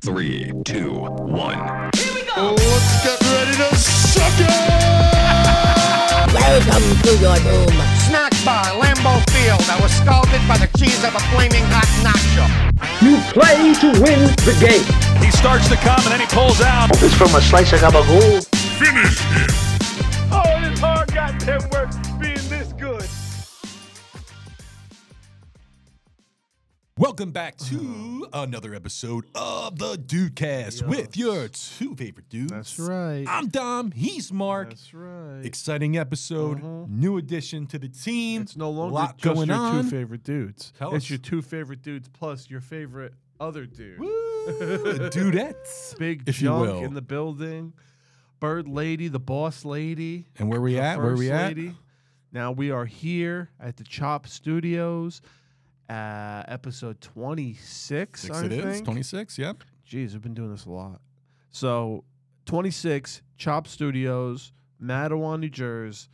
Three, two, one. Here we go. Let's get ready to suck it! Welcome to your doom. Snack bar, Lambeau Field. I was scalded by the cheese of a flaming hot nacho. You play to win the game. He starts to come and then he pulls out. It's from a slice of gabagool. Oh, it's hard goddamn work being this good. Welcome back to Uh-huh. another episode of the Dudecast with your two favorite dudes. That's right. I'm Dom. He's Mark. That's right. Uh-huh. Exciting episode. New addition to the team. it's no longer Lot just going your on. two favorite dudes. Tell it's us. your two favorite dudes plus your favorite other dude. Woo, dudettes. Big if you junk will. in the building. Bird lady, the boss lady. and where we the at? Where first we at? lady. Now we are here at the Chop Studios, uh, episode 26. Six I it is. think. 26. Yep. Jeez, I've been doing this a lot. So, 26 Chop Studios, Mattawan, New Jersey,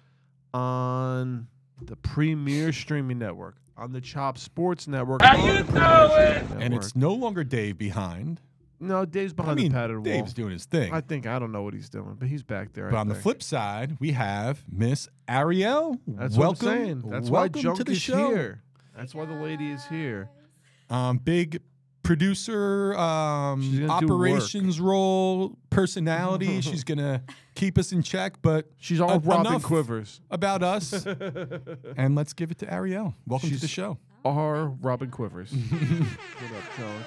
on the premier streaming network, on the Chop Sports Network. How you doing? And it's no longer Dave behind. no Dave's behind I mean, the padded wall. Dave's doing his thing. I think I don't know what he's doing, but he's back there. but I on the think. flip side, we have Miss Ariel. that's welcome. what I'm saying. That's welcome why Junk to the is show. here. That's why the lady is here. um, big producer, She's um, gonna do work. operations role, personality. She's gonna keep us in check, but She's all en- Robin enough Quivers. about us. and let's give it to Ariel. Welcome She's- to the show. Are Robin Quivers. what up, Chunk?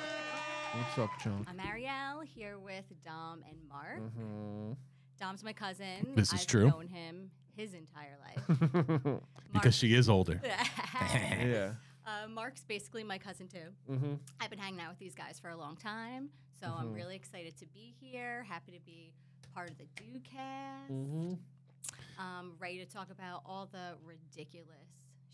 What's up, Chunk? I'm Ariel here with Dom and Mark. Mhm. Dom's my cousin. This is I've true. known him his entire life. Because she is older. yeah. uh, Mark's basically my cousin too. Mm-hmm. I've been hanging out with these guys for a long time, so I'm really excited to be here. Happy to be part of the DoCast. Mm. Um, ready to talk about all the ridiculous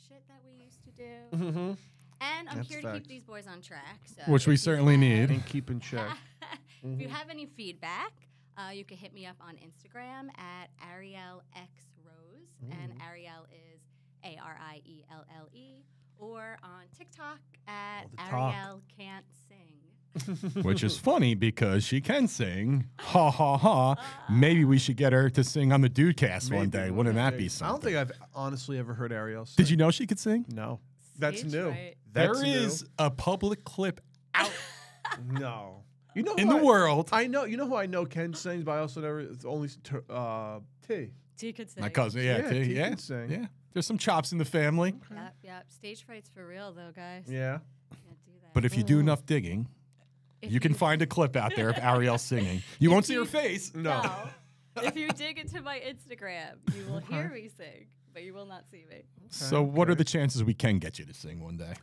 shit that we used to Mm-hmm. do. Mm-hmm. And I'm That's here to facts. keep these boys on track. So Which if we you certainly need. have- And keep in check. If Mm-hmm. you have any feedback, uh, you can hit me up on Instagram at Ariel X Rose, and Mm-hmm. Ariel is A R I E L L E, or on TikTok at Ariel Can't Sing. Which is funny because she can sing. Ha ha ha. Maybe we should get her to sing on the Dudecast one day. Wouldn't that be I don't something? think I've honestly ever heard Ariel. Did you know she could sing? No. That's Stage new. fright. That's there is a public clip new. no. You know in who the I- world. I know. You know who I know Ken sings, but I also never. It's only tur- uh, T. So you could sing. My cousin, yeah, Yeah, too, T yeah, can sing. yeah. There's some chops in the family, Yep, yep. Stage fright's for real, though, guys. Yeah. Can't do that. but if Mm. you do enough digging, If you can find a clip out there of Ariel singing. You won't see her face. No. No. if you dig into my Instagram, you will hear me sing, but you will not see me. So, what are the chances we can get you to sing one day?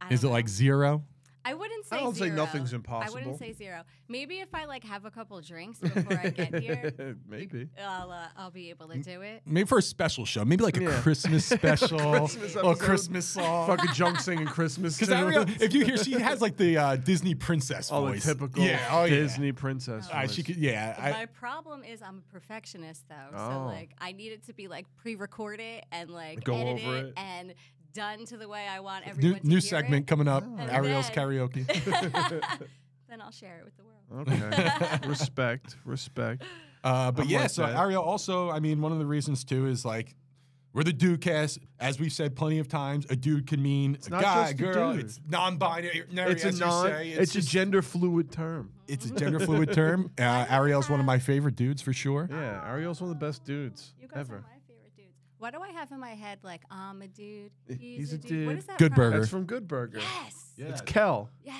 I Is it don't like know. zero? I wouldn't say. I don't say zero. nothing's I impossible. wouldn't say zero. Maybe if I like have a couple drinks before I get here, Maybe. I'll uh, I'll be able to do it. Maybe for a special show, maybe like a Yeah. Christmas special, Christmas little episode. Christmas song. Fucking junk singing Christmas. Because Ariel, tunes. if you hear, she has like the uh, Disney princess all the voice. typical yeah, oh, Disney princess. Yeah. Uh, she voice. could, yeah, I, My problem is I'm a perfectionist though, Oh. so like I need it to be like pre-recorded and like Go edited over it. and done to the way I want new, everyone. to new Oh. hear segment It. coming up. And Ariel's then- karaoke. then I'll share it with the Oh, world. Okay. respect. Respect. Uh, but I'm yeah, like so that. Ariel also, I mean, one of the reasons too is like we're the dude cast. As we've said plenty of times, a dude can mean a not guy, just a girl. dude. It's non-binary. It's a as you non. say. It's, a just- gender fluid term. It's a gender fluid term. Uh, Ariel's one of my favorite dudes for sure. Yeah. Ariel's one of the best dudes You guys are ever. my favorite dudes. Why do I have in my head like I'm a dude? Eh, He's, he's a, a dude. What dude. is that? Good from? burger. That's from Good Burger. Yes. It's Kel. Yes.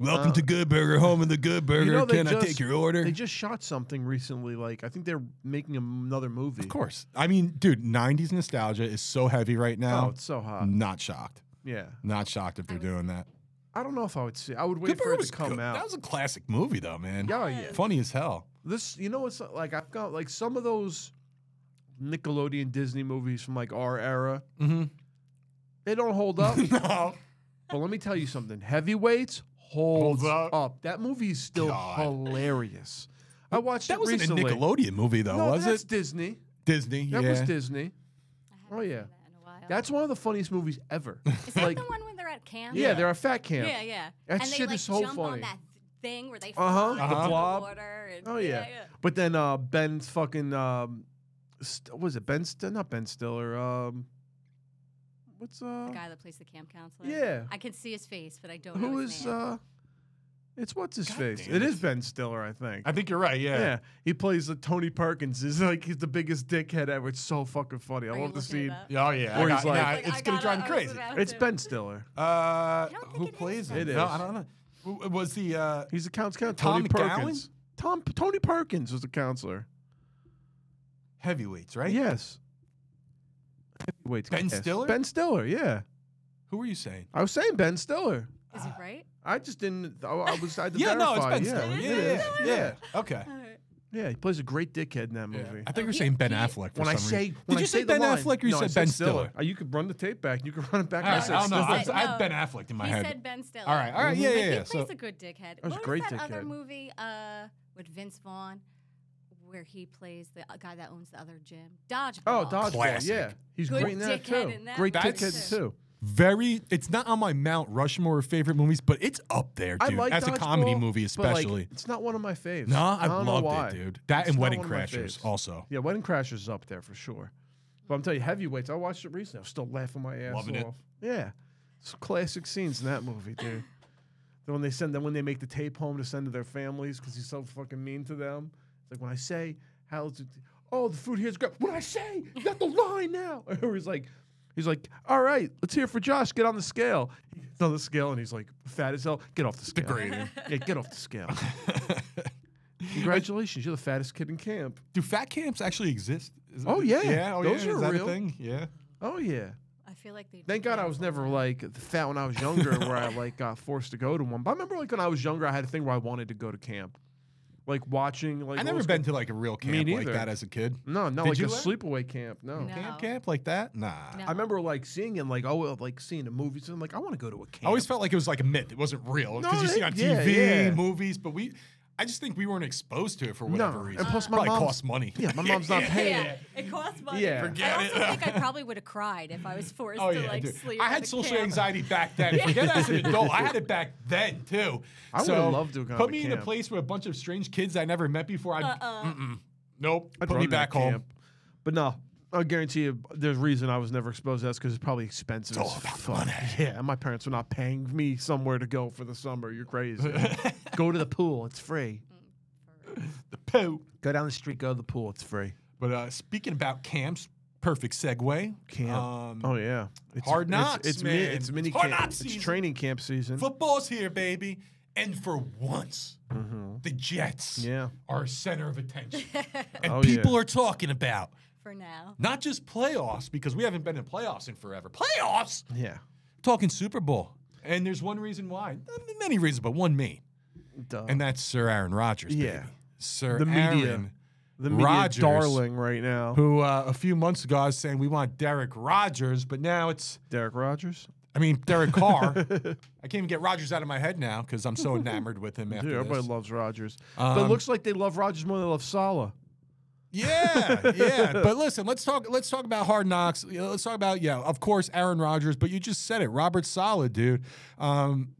Welcome to Good Burger, home of the Good Burger. You know, they can I just- take your order? They just shot something recently. Like I think they're making another movie. of course. I mean, dude, '90s nostalgia is so heavy right Oh, now. it's so hot. not shocked. Yeah. Not shocked if they're doing that. I don't know if I would see. I would Good wait for Burger it was to come good. out. That was a classic movie, though, man. Yeah, oh, yeah. Funny as hell. this, you know, it's like I've got like some of those Nickelodeon Disney movies from like our era. Mhm. They don't hold up. No. but let me tell you something. Heavyweights holds, Holds up. up. That movie is still God. hilarious. I watched That it wasn't recently. a Nickelodeon movie, though, no, was that's it? Disney. Disney. That yeah. was Disney. I Oh, haven't seen yeah. that in a while. That's one of the funniest movies ever. Is that like the one when they're at fat camp. Yeah, they're a fat camp. Yeah, yeah. That and shit they like is so jump funny. on that thing where they Uh-huh. Uh-huh. fly into Blob. the water. And, Oh yeah. But then uh, Ben's fucking um, st- what was it Ben? St- not Ben Stiller. Um, what's uh? The guy that plays the camp counselor. Yeah. I can see his face, but I don't know Who his is name. uh? It's what's his God face? damn It it. is Ben Stiller, I think. I think you're right. Yeah. yeah. he plays the Tony Perkins. Is like he's the biggest dickhead ever. It's so fucking funny. I Are you love the looking it scene. up? Yeah, Oh yeah. Or I got- he's like- nah, Like, it's I gonna gotta- drive me I was crazy. about It's to- Ben Stiller. Uh, don't think who it is plays Ben it? Stiller. No, I don't know. Who- who Was the uh, He's the counselor. Tom Tony McGowan? Perkins. Tom Tony Perkins was the counselor. heavyweights right? Yes. Wait, Ben Stiller? Ben Stiller. Yeah, Who were you saying? I was saying Ben Stiller. Is he right? I just didn't. I, I was. I had to Yeah, no, it's verify. Ben yeah, Stiller. it Yeah, is. yeah, yeah. Yeah. Okay. All right. Yeah, he plays a great dickhead in that Yeah. movie. I think you're he- saying Ben he- Affleck. For When I some say, reason. when did I you say the Ben line- Affleck or you No, I said Ben Stiller? Uh, You could run the tape back. You could run it back. I Alright, said I don't know. Stiller. I, Stiller. I've Ben Affleck in my He head. said Ben Stiller. all right, all right, yeah, Like, yeah, he yeah. plays So, a good dickhead. was what a great was that other dickhead. movie uh, with Vince Vaughn where he plays the uh, guy that owns the other gym? Dodgeball. Oh, Dodge. Classic. Yeah, he's Good great in that dickhead too. in that great movie, dickhead too. too. very, it's not on my Mount Rushmore of favorite movies, but it's up there, I dude. like As a Dodgeball, comedy movie, but, like, especially. it's not one of my faves. no, I I, don't know loved why. it, dude. That It's and not Wedding one of my Crashers, faves. also. Yeah, Wedding Crashers is up there for sure. But I'm telling you, heavyweights. I watched it recently. I'm still laughing my ass Loving it. off. Yeah, some classic scenes in that movie, dude. then when they send them, when they make the tape home to send to their families because he's so fucking mean to them. It's like when I say, "How's it? Oh, the food here's great." What I say? You got the line now. Or he's like, he's like, "All right, let's hear for Josh. Get on the scale." He gets on the scale and he's like, "Fat as hell. Get off the scale." Degrading. Yeah, get off the scale. Congratulations, you're the fattest kid in camp. Do fat camps actually exist? Is- Oh, yeah. yeah, oh, Those yeah. are Is that a real. thing? Yeah. Oh yeah. I feel like they. Thank do God I that was all the never time. like fat when I was younger, where I like got forced to go to one. But I remember like when I was younger, I had a thing where I wanted to go to camp, like watching like I old never school- been to like a real Me camp like neither. that as a kid. No, not Did like a you, Ed? sleepaway camp. No. No. Camp, camp like that? Nah. No. I remember like seeing it, like oh, like seeing the movies, and like I want to go to a camp. I always felt like it was like a myth. It wasn't real No, because you see it on it- yeah, TV, yeah. movies, but we. I just think we weren't exposed to it for whatever and reason. plus my Probably mom's- cost money. yeah, my mom's not paying. Yeah, it costs money. Yeah. Forget I also it. think I probably would have cried if I was forced Oh to yeah, like dude. sleep. I at had the social camp. anxiety back then. Forget as an adult. I had it back then too. I would've So, loved to have gone Put to me in a camp. place with a bunch of strange kids I never met before. I Uh-uh. mm-mm. nope. I'd put me run that back home. camp. But no, I guarantee you, there's a reason I was never exposed to that because it's probably expensive. It's all as about the fuck. money. Yeah, and my parents were not paying me somewhere to go for the summer. You're crazy. go to the pool. It's free. The poo. Go down the street. Go to the pool. It's free. But uh, speaking about camps, perfect segue. Camp. Um, oh yeah. It's, Hard it's- Knocks, It's, man. it's mini It's Hard camp. Knocks It's season. training camp season. Football's here, baby. And for once, the Jets Yeah. are a center of attention. and Oh, people yeah. are talking about for now. not just playoffs, because we haven't been in playoffs in forever. Playoffs? Yeah. Talking Super Bowl. And there's one reason why. Not Many reasons, but one main. Duh. And that's Sir Aaron Rodgers. Yeah. Baby. Sir The media. Aaron, the media Rodgers- darling right now. who uh, a few months ago I was saying we want Derek Rodgers, but now it's Derek Rogers. I mean, Derek Carr. I can't even get Rogers out of my head now because I'm so enamored with him after Dude, everybody this. loves Rogers. but it Um, looks like they love Rogers more than they love Salah. yeah, yeah. But listen, let's talk. Let's talk about Hard Knocks. You know, Let's talk about yeah, of course, Aaron Rodgers. But you just said it, Robert Sala, dude. Um,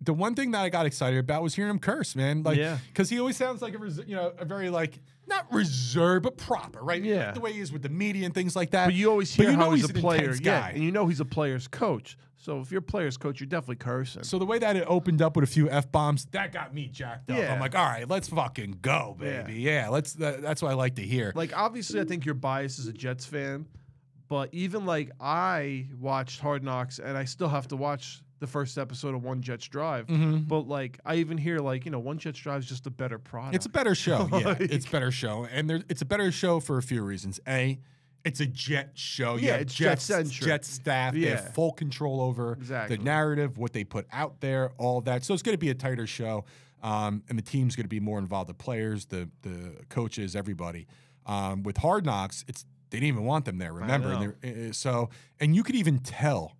the one thing that I got excited about was hearing him curse, man. Like, Yeah. because he always sounds like a res- you know a very like not reserved but proper, right? Yeah. Like the way he is with the media and things like that. But you always hear you how know he's, he's a an player, intense yeah, guy. and you know he's a player's coach. So if you're a player's coach, you're definitely cursing. So the way that it opened up with a few f bombs, that got me jacked up. Yeah. I'm like, all right, let's fucking go, baby. Yeah, let's. That, that's what I like to hear. like obviously, I think you're biased as a Jets fan, but even like I watched Hard Knocks, and I still have to watch the first episode of One Jets Drive. Mm-hmm. But like I even hear like you know One Jets Drive is just a better product. it's a better show. Yeah, it's a better show, and there, it's a better show for a few reasons. A, it's a jet show. You Yeah, have it's Jets- jet-centric. Jet staff. They Yeah. have full control over Exactly. the narrative, what they put out there, all that. So it's going to be a tighter show, um, and the team's going to be more involved. The players, the the coaches, everybody. Um, with Hard Knocks, it's they didn't even want them there. Remember, And eh, know. they're- uh, so and you could even tell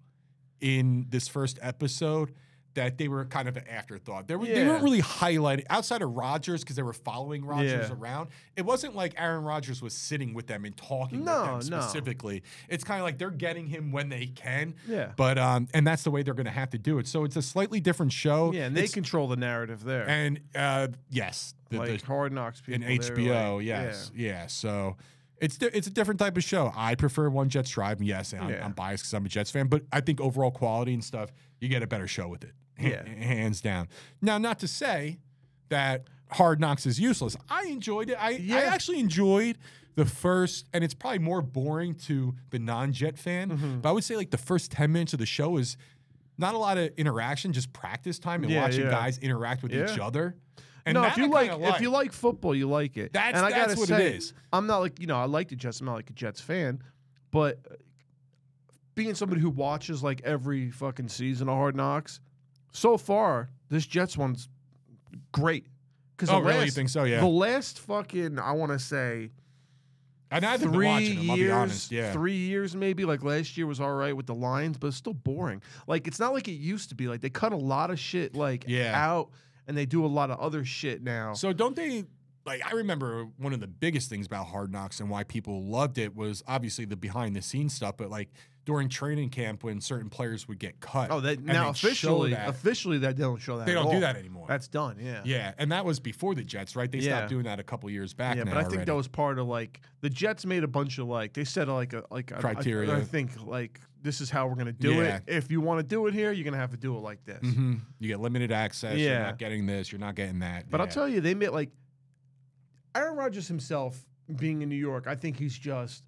in this first episode that they were kind of an afterthought. They, were, they Yeah. weren't really highlighted outside of Rodgers because they were following Rodgers Yeah. around. It wasn't like Aaron Rodgers was sitting with them and talking No, with no. them specifically. It's kind of like they're getting him when they can. Yeah. But um, and that's the way they're going to have to do it. So it's a slightly different show. Yeah, and they It's- control the narrative there. and uh, yes, the, like the- Hard Knocks people. in they're HBO. like- yes, yeah. So it's di- it's a different type of show. I prefer One Jets Drive. and Yes, and I'm, Yeah. I'm biased because I'm a Jets fan, but I think overall quality and stuff, you get a better show with it. Yeah. hands down. Now, not to say that Hard Knocks is useless. I enjoyed it. I, Yeah. I actually enjoyed the first, and it's probably more boring to the non-Jet fan, Mm-hmm. but I would say like the first ten minutes of the show is. Not a lot of interaction, just practice time and Yeah, watching yeah. guys interact with each Yeah. other. And no, that if you I kinda like, if you like football, you like it. That's- and I that's gotta what it say, is. I'm not like you know I like the Jets. I'm not like a Jets fan, but uh, being somebody who watches like every fucking season of Hard Knocks, so far this Jets one's great. Because Oh, really? You think so? Yeah. The last fucking I want to say And I've been three watching them, I'll years, be honest. Yeah. three years maybe. Like last year was all right with the Lions, but it's still boring. Like it's not like it used to be. Like they cut a lot of shit like Yeah. out, and they do a lot of other shit now. So don't they like I remember one of the biggest things about Hard Knocks and why people loved it was obviously the behind the scenes stuff, but like during training camp when certain players would get cut. oh, that and now they'd show officially, that. officially that they don't show that. they at don't all. do that anymore. That's done. Yeah. yeah, and that was before the Jets, right? They Yeah. stopped doing that a couple years back. Yeah, now but I think that already. was part of like the Jets made a bunch of like they said like a like a- I- Criteria. I, think like this is how we're gonna do Yeah. it. If you want to do it here, you're gonna have to do it like this. Mhm. you get limited access. You're Yeah. not getting this. You're not getting that. But I'll tell you, they made like Aaron Rodgers himself being in New York. I think he's just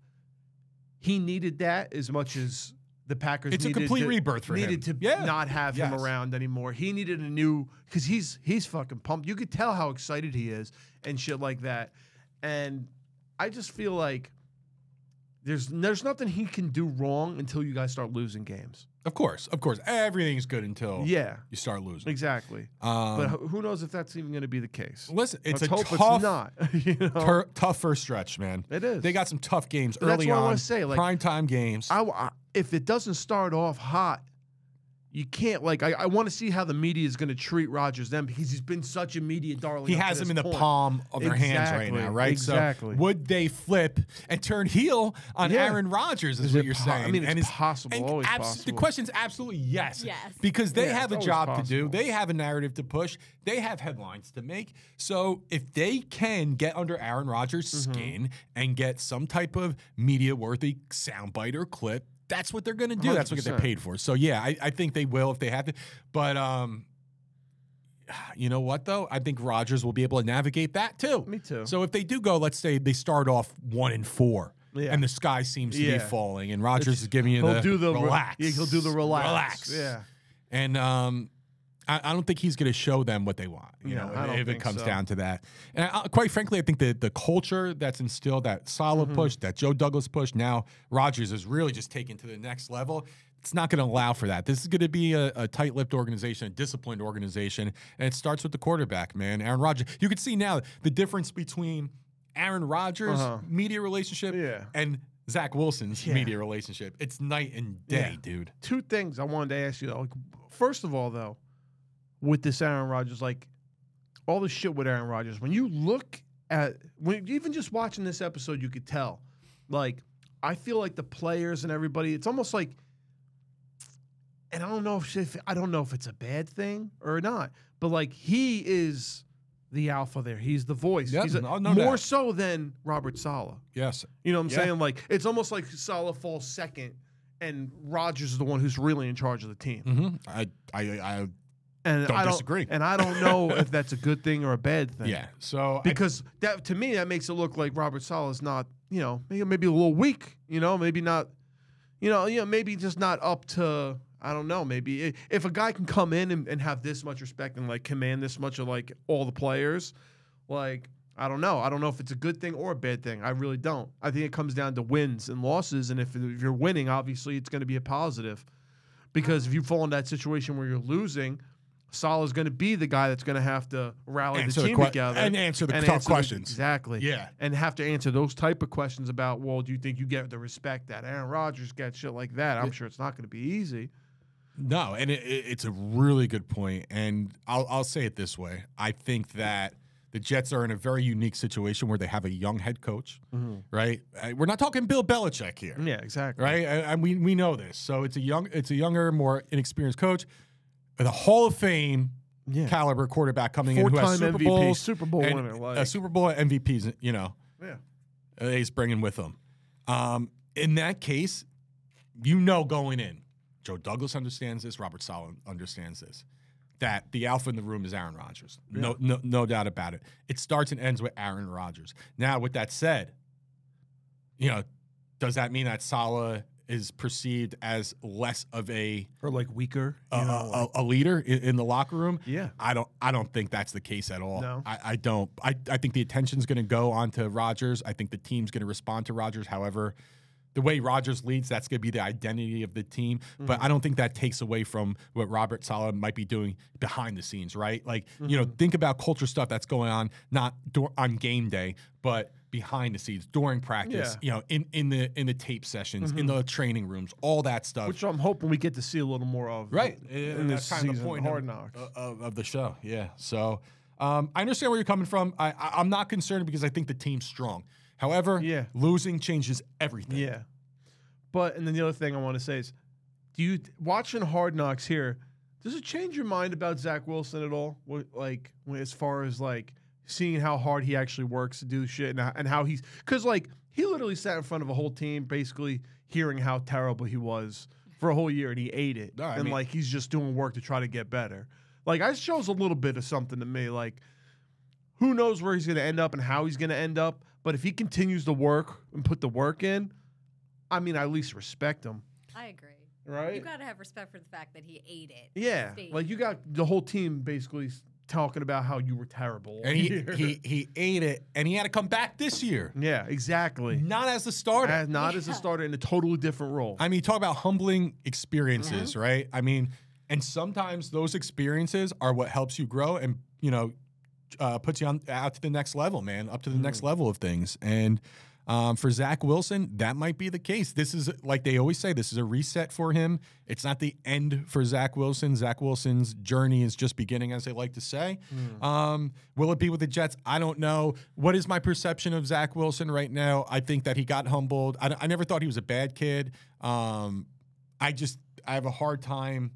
he needed that as much as the Packers. It's a needed complete to- rebirth for needed him. to Yeah. not have him Yes. around anymore. He needed a new because he's he's fucking pumped. You could tell how excited he is and shit like that. And I just feel like. There's there's nothing he can do wrong until you guys start losing games. of course, of course, everything's good until Yeah, you start losing. exactly. Oh. Um, but who- who knows if that's even going to be the case? listen, it's Let's a hope tough, it's not. you know? tur- tough first stretch, man. It is. They got some tough games But that's early what I on. wanna say, like- prime time games. I, I- if it doesn't start off hot, you can't like. I, I want to see how the media is going to treat Rogers then because he's been such a media darling. he up to has them this in the point. palm of their hands right now, Exactly, right? exactly. So would they flip and turn heel on Yeah. Aaron Rodgers? Is, Is what it you're po- I saying? mean, it's and is- possible, always The possible. question's absolutely yes. Yes. Because they Yeah, have it's a always job to do. possible. They have a narrative to push. They have headlines to make. So if they can get under Aaron Rodgers' Mm-hmm. skin and get some type of media-worthy soundbite or clip. That's what they're going to do. That's what they are 100%. paid for. So yeah, I, I think they will if they have to. But um, you know what though? I think Rogers will be able to navigate that too. Me too. So if they do go, let's say they start off one and four, Yeah. and the sky seems to be Yeah. falling, and Rogers is giving you He'll the, do the re- relax. yeah, he'll do the relax. Relax. Yeah. And um, I, I don't think he's going to show them what they want. You No, know, I don't if, it think comes so. down to that. And I, quite frankly, I think that the culture that's instilled, that solid Mm-hmm. push, that Joe Douglas push, now Rogers is really just taken to the next level. It's not going to allow for that. This is going to be a, a tight-lipped organization, a disciplined organization, and it starts with the quarterback, man. Aaron Rodgers. You can see now the difference between Aaron Rodgers' Uh-huh. media relationship Yeah. and Zach Wilson's Yeah. media relationship. It's night and day, Yeah. dude. Two things I wanted to ask you. though. Like, first of all, though, with this Aaron Rodgers, like all the shit with Aaron Rodgers, when you look at when even just watching this episode, you could tell. Like, I feel like the players and everybody, it's almost like and I don't know if, if I don't know if it's a bad thing or not, but like he is the alpha there. He's the voice. Yep, He's a- no- no more doubt. so than Robert Sala. Yes, You know what I'm Yeah. saying? Like it's almost like Salah falls second, and Rogers is the one who's really in charge of the team. hmm I, I, I, And Don't I don't disagree. And I don't know if that's a good thing or a bad thing. yeah. So I- Because that to me that makes it look like Robert Sala's not, you know, may- maybe a little weak. You know, maybe not, you know, you know, maybe just not up to. I don't know. Maybe i- if a guy can come in and, and have this much respect and like command this much of like all the players, like I don't know. I don't know if it's a good thing or a bad thing. I really don't. I think it comes down to wins and losses, and if, if you're winning, obviously it's going to be a positive, because if you fall in that situation where you're losing, Salah's going to be the guy that's going to have to rally Answer the the team que- together and answer the tough questions. exactly. Yeah. and have to answer those type of questions about well, do you think you get the respect that Aaron Rodgers gets? Shit like that. I'm sure it's not going to be easy. No, and it, it, it's a really good point. And I'll, I'll say it this way I think that the Jets are in a very unique situation where they have a young head coach, right? Uh, We're not talking Bill Belichick here. Yeah, exactly. Right, and and we we know this. So it's a young, it's a younger, more inexperienced coach, the Hall of Fame Yeah. caliber quarterback coming in who has Four-time Super MVP, Bowls, Super Bowl and, winner, like- uh, Super Bowl MVPs. You know, Yeah. uh, he's bringing with him. Um, in that case, you know, going in, Joe Douglas understands this. Robert Sala understands this. That the alpha in the room is Aaron Rodgers. No, no, no doubt about it. It starts and ends with Aaron Rodgers. Now, with that said, you know, does that mean that Sala is perceived as less of a Or like weaker. a, you know, like- a, a leader in, in the locker room. Yeah. I don't. I don't think that's the case at all. No. I, I don't. I, I think the attention's going to go on to Rodgers. I think the team's going to respond to Rodgers. However, the way Rodgers leads, that's going to be the identity of the team. Mm-hmm. But I don't think that takes away from what Robert Sala might be doing behind the scenes, right? Like you Mm-hmm. know, think about culture stuff that's going on not dur- on game day, but behind the scenes during practice. Yeah. Mm-hmm. You know, in in the in the tape sessions, in the training rooms, all that stuff. which I'm hoping we get to see a little more of. Right. In And this that's kind of season, the point Hard of, uh, Knocks. Of, of the show. Yeah. So um, I understand where you're coming from. I, I, I'm not concerned because I think the team's strong. However, Yeah. losing changes everything. Yeah. But and then the other thing I want to say is, do you watching Hard Knocks here? Does it change your mind about Zach Wilson at all? What, like when- as far as like seeing how hard he actually works to do shit and, how- and how he's because like he literally sat in front of a whole team basically hearing how terrible he was for a whole year and he ate it No, I and mean- like he's just doing work to try to get better. Like I shows a little bit of something to me like who knows where he's going to end up and how he's going to end up. But if he continues to work and put the work in, I mean, I at least respect him, I agree. right? You got to have respect for the fact that he ate it. yeah, Steve. like you got the whole team basically s- talking about how you were terrible. And he, he he ate it, and he had to come back this year, yeah, exactly. not as the starter. As, not as a Yeah. starter in a totally different role. I mean, talk about humbling experiences, Mm-hmm. right? I mean, and sometimes those experiences are what helps you grow and, you know, uh, puts you on out to the next level, man, up to the next level of things. And um, for Zach Wilson, that might be the case. This is like they always say, this is a reset for him. It's not the end for Zach Wilson. Zach Wilson's journey is just beginning, as they like to say. Um, will it be with the Jets? I don't know. What is my perception of Zach Wilson right now? I think that he got humbled. I, I never thought he was a bad kid. Um, I just I have a hard time.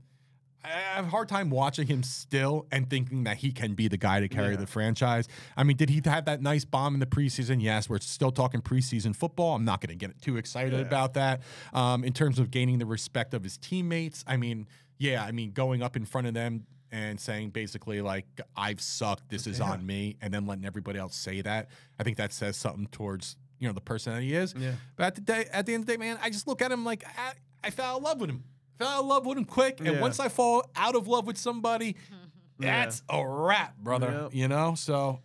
I have a hard time watching him still and thinking that he can be the guy to carry the franchise. I mean, did he have that nice bomb in the preseason? Yes, we're still talking preseason football. I'm not going to get too excited about that. Um, in terms of gaining the respect of his teammates, I mean, yeah, I mean, going up in front of them and saying basically like I've sucked, this is on me, and then letting everybody else say that. I think that says something towards you know the person that he is. Yeah. But at the day, at the end of the day, man, I just look at him like I, I fell in love with him. Fell out of love with him quick, and Yeah. once I fall out of love with somebody, Yeah. that's a wrap, brother. Yep. You know, so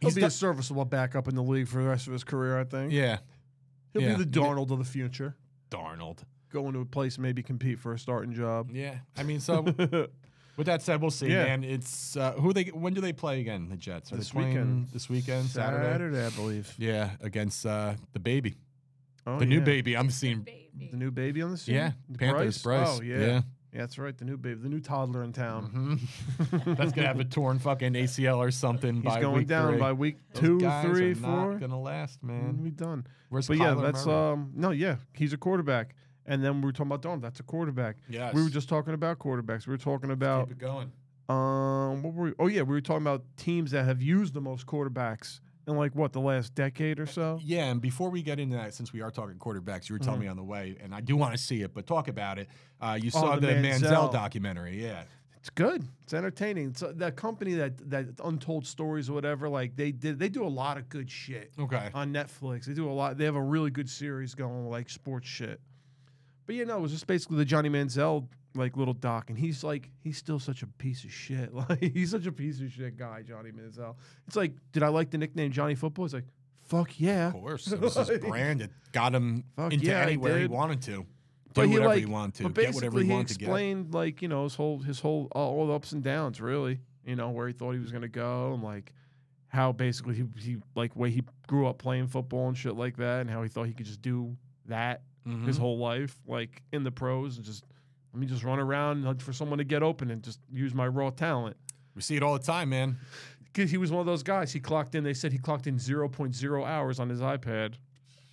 He'll he's be done- a serviceable backup in the league for the rest of his career, I think. yeah, He'll yeah. be the Darnold of the future, Darnold. going to a place maybe compete for a starting job. Yeah, I mean, so with that said, we'll see, Yeah. man. It's uh, who they when do they play again? The Jets Are they This playing weekend. This weekend, Saturday. I believe. Yeah, against uh, the baby, Oh, the new yeah. baby. I'm seeing. Baby. The new baby on the scene? Yeah, Panthers, Bryce. Oh, yeah. Um, Yeah. Mm-hmm. yeah. that's right. The new baby, the new toddler in town. That's gonna have a torn fucking ACL or something. He's by going week down three. by week Those two, guys three, are four. Mm-hmm. Not gonna last, and man. we done. Mm-hmm. Where's but yeah, Kyler that's Murray? um no, yeah, he's a quarterback. And then we were talking about Don. That's a quarterback. Yes. We were just talking about quarterbacks. We were talking about Keep it going. um what were we, oh yeah, we were talking about teams that have used the most quarterbacks in like what the last decade or so. Yeah, and before we get into that, since we are talking quarterbacks, you were telling me on the way, and I do want to see it, but talk about it. Uh, you saw the the Manziel. Manziel. documentary, yeah. It's good. It's entertaining. It's uh, that company that that Untold Stories or whatever, like they did they do a lot of good shit. Okay. on Netflix. They do a lot. They have a really good series going with, like sports shit. But you know, it was just basically the Johnny Manziel like little doc, and he's like, he's still such a piece of shit. Like he's such a piece of shit guy, Johnny Manziel. It's like, did I like the nickname Johnny Football? It's like, fuck yeah. Of course, it was his brand that got him Fuck into yeah, I anywhere he did. wanted to. Do But whatever like, he wanted to. But Get basically, whatever he, he wanted explained like you know his whole his whole all, all the ups and downs really. You know where he thought he was gonna go and like how basically he he like way he grew up playing football and shit like that, and how he thought he could just do to that get. Mhm. his whole life, like in the pros, and just Let me just run around and look for someone to get open and just use my raw talent. We see it all the time, man. 'Cause he was one of those guys. He clocked in. They said he clocked in 0.0 hours on his iPad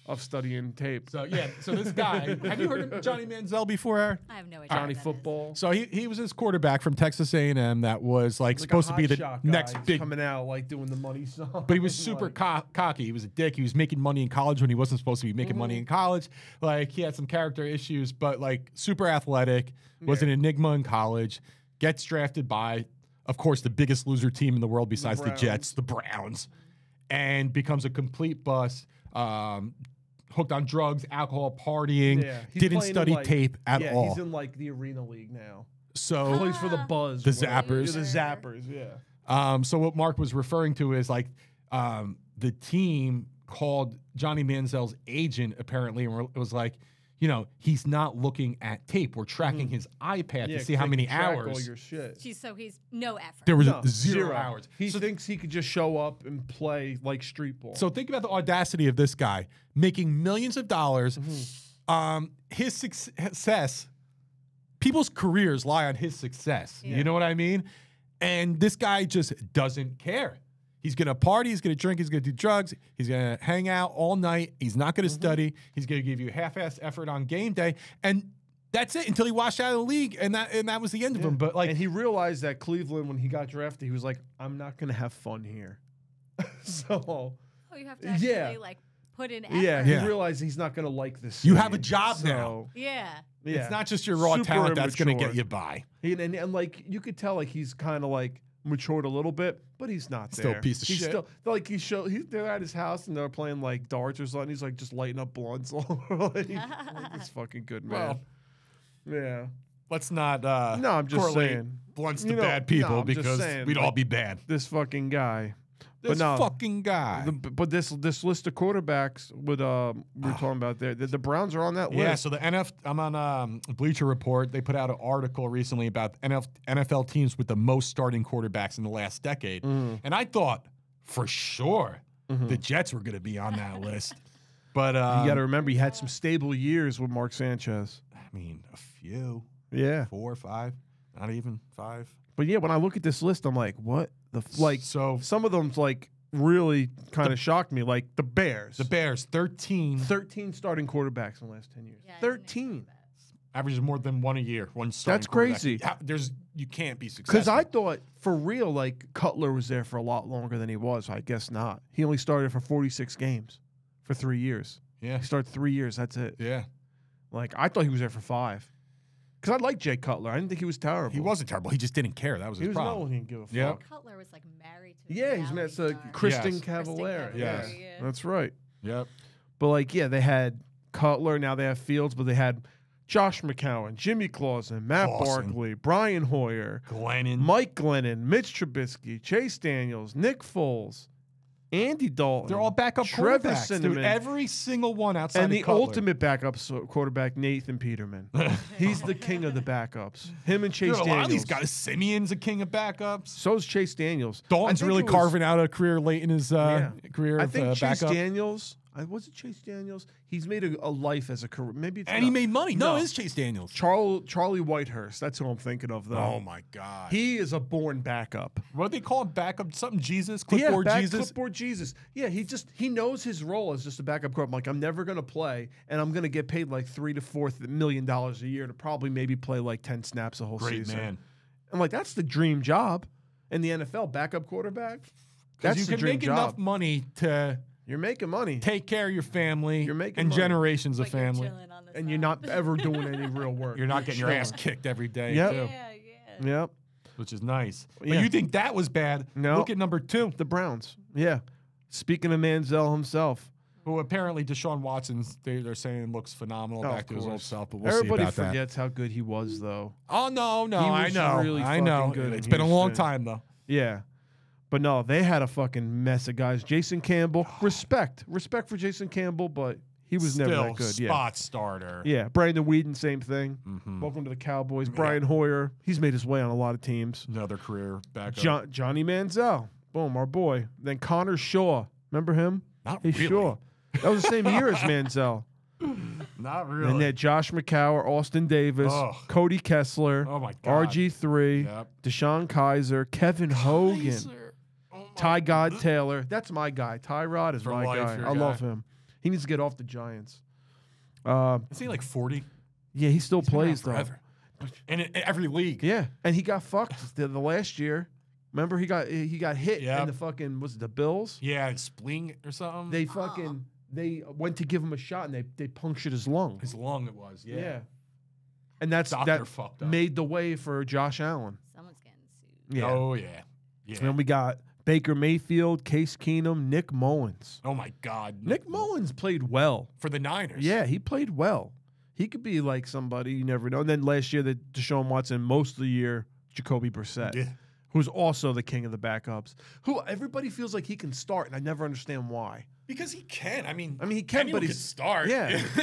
of studying tape. So yeah, so this guy, have you heard of Johnny Manziel before? Aaron? I have no idea. Johnny who that is. football. So he, he was this quarterback from Texas A&M that was like, Like a supposed to be the hotshot guy next who's big coming out like doing the money song. But he was super co- cocky. He was a dick. He was making money in college when he wasn't supposed to be making Mm-hmm. money in college. Like he had some character issues, but like super athletic, was an enigma in college, gets drafted by, of course, the biggest loser team in the world besides the, Browns. Jets, the Browns, and becomes a complete bust. Um, hooked on drugs, alcohol, partying, Yeah, he's didn't playing in, study like- tape at yeah, all. He's in like the arena league now. so Plays for the Buzz. The whatever. Zappers. Yeah, the Zappers. Yeah. Um, so what Mark was referring to is like um, the team called Johnny Manziel's agent apparently and were- was like, you know, he's not looking at tape. We're tracking his iPad Hmm. yeah to see how they many can track all hours. your shit. Jeez, so he's no effort. There was No, zero, hours. He thinks he could just show up and play like street ball. So think about the audacity of this guy making millions of dollars. Mm-hmm. Um, his success, people's careers lie on his success. You know what I mean? And this guy just doesn't care. He's gonna party. He's gonna drink. He's gonna do drugs. He's gonna hang out all night. He's not Mm-hmm. gonna study. He's gonna give you half-assed effort on game day, and that's it until he washed out of the league, and that and that was the end of him. But like, and he realized that Cleveland, when he got drafted, he was like, "I'm not gonna have fun here." so Oh, you have to actually Yeah. like put in effort. yeah, Yeah. he realized he's not gonna like this. You have a city. job So, now. Yeah. Yeah. it's not just your raw Super talent that's gonna immature. get you by. And, and, and, like you could tell, like he's kind of like matured a little bit, but he's not Still a there. piece of he's shit. Still, they're like he show he's they're at his house and they're playing like darts or something. He's like just lighting up blunts all over. like, like, this fucking good man. yeah, Let's not. Uh, No, I'm just correlate saying. blunts to You know, bad people no, I'm just because saying, we'd all like- be bad. this fucking guy. This but no, fucking guy. The, but this this list of quarterbacks would um we were Ah. talking about there. The, the Browns are on that yeah, list. so the NF. I'm on um, Bleacher Report. They put out an article recently about NF, NFL teams with the most starting quarterbacks in the last decade, Mm. and I thought for sure the Jets were going to be on that list. But um, Mm-hmm. you got to remember he had some stable years with Mark Sanchez. I mean, a few, Yeah, four, five, not even five. but yeah, when I look at this list, I'm like, what the f-? like? so, Some of them's like really kind of shocked me, like the Bears. the Bears 13 Thirteen starting quarterbacks in the last ten years. Yeah, I didn't expect Thirteen. that. averages more than one a year. One starting That's quarterback. crazy. How- There's you can't be successful Because I thought for real, like Cutler was there for a lot longer than he was. I guess not. He only started for 46 games for three years. Yeah. He started three years. That's it. Yeah. Like I thought he was there for five. Because I like Jay Cutler. I didn't think he was terrible. He wasn't terrible. He just didn't care. That was He his was no problem. one didn't give a fuck. Yeah. Cutler was like married to. a Yeah, he's reality that's uh, star. Kristen Yes. Cavallari. Kristen Yes. Cavallari, yeah. That's right. Yep. But like, yeah, they had Cutler. Now they have Fields, but they had Josh McCown, Jimmy Clausen, Matt Clausen. Barkley, Brian Hoyer, Glennon. Mike Glennon, Mitch Trubisky, Chase Daniels, Nick Foles, Andy Dalton. They're all backup Trevor quarterbacks. dude. Cinnamon. Every single one outside and of the Cutler. ultimate backup so- quarterback, Nathan Peterman. He's the king of the backups. Him and Chase Dude, a Daniels. lot of these guys. Simeon's a king of backups. So's Chase Daniels. Dalton's I think really it was- carving out a career late in his uh, Yeah. career I of, think uh, Chase backup. Daniels. I was it Chase Daniels. He's made a, a life as a career. Maybe it's and he not. made money. No, No. it's Chase Daniels. Charles Charlie Whitehurst. That's who I'm thinking of though. Oh my God. He is a born backup. what do they call him? Backup something Jesus? Clipboard yeah, back- Jesus? Clipboard Jesus. Yeah, he just he knows his role as just a backup quarterback. Like I'm never gonna play, and I'm gonna get paid like three to four th- million dollars a year to probably maybe play like ten snaps a whole Great season. man. I'm like, that's the dream job in the NFL, backup quarterback. 'Cause That's you the can dream make job. enough money to You're making money, take care of your family You're making and money. generations of But you're family. chilling on the and you're side. not ever doing any real work. You're not getting your ass chilling. kicked every day, Yep. too. Yeah, yeah. Yep. which is nice. But Yeah. you think that was bad? No. Look at number two, The Browns. Yeah. Speaking of Manziel himself, who apparently Deshaun Watson's they, they're saying looks phenomenal Of back to his old course. self. But we'll see everybody about that. forgets how good he was, though. Oh no, no, He I was know, really I know. fucking good in It's been a long Houston. time though. Yeah. But no, they had a fucking mess of guys. Jason Campbell, respect. Respect for Jason Campbell, but he was Still never that good. spot Mm-hmm. starter. Yeah. Yeah. Brandon Whedon, same thing. Welcome to the Cowboys. Brian Hoyer, he's made his way on a lot of teams. Another career backup. Jo- Johnny Manziel, boom, our boy. Then Connor Shaw, remember him? Not Hey, really. Shaw. That was the same year as Manziel. Not And really. then Josh McCower, Austin Davis, Ugh. Cody Kessler, Oh my God. RG3, Yep. Deshaun Kaiser, Kevin Hogan, Oh my- Ty God Taylor. That's my guy. Tyrod is For my life, guy. your I love guy. him. He needs to get off the Giants. Uh, Is he like 40? yeah, he still Been around plays though. forever. In, in every league. Yeah, and he got fucked the, the last year. Remember, he got he got hit in Yep. the fucking was it the Bills? Yeah, and Spling or something. They fucking they went to give him a shot and they they punctured his lung. His lung it was. yeah. Yeah. and that's Doctor that fucked up. made the way for Josh Allen. Someone's getting sued. Yeah, Oh yeah. Yeah. and then we got Baker Mayfield, Case Keenum, Nick Mullins. oh my God. Nick Mullins played well. for the Niners. Yeah, he played well. He could be like somebody you never know. And then last year, the Deshaun Watson, most of the year, Jacoby Brissett, Yeah. who's also the king of the backups, who everybody feels like he can start, and I never understand why. Because he can. I mean. I mean, he can, anyone but could he's- start. yeah.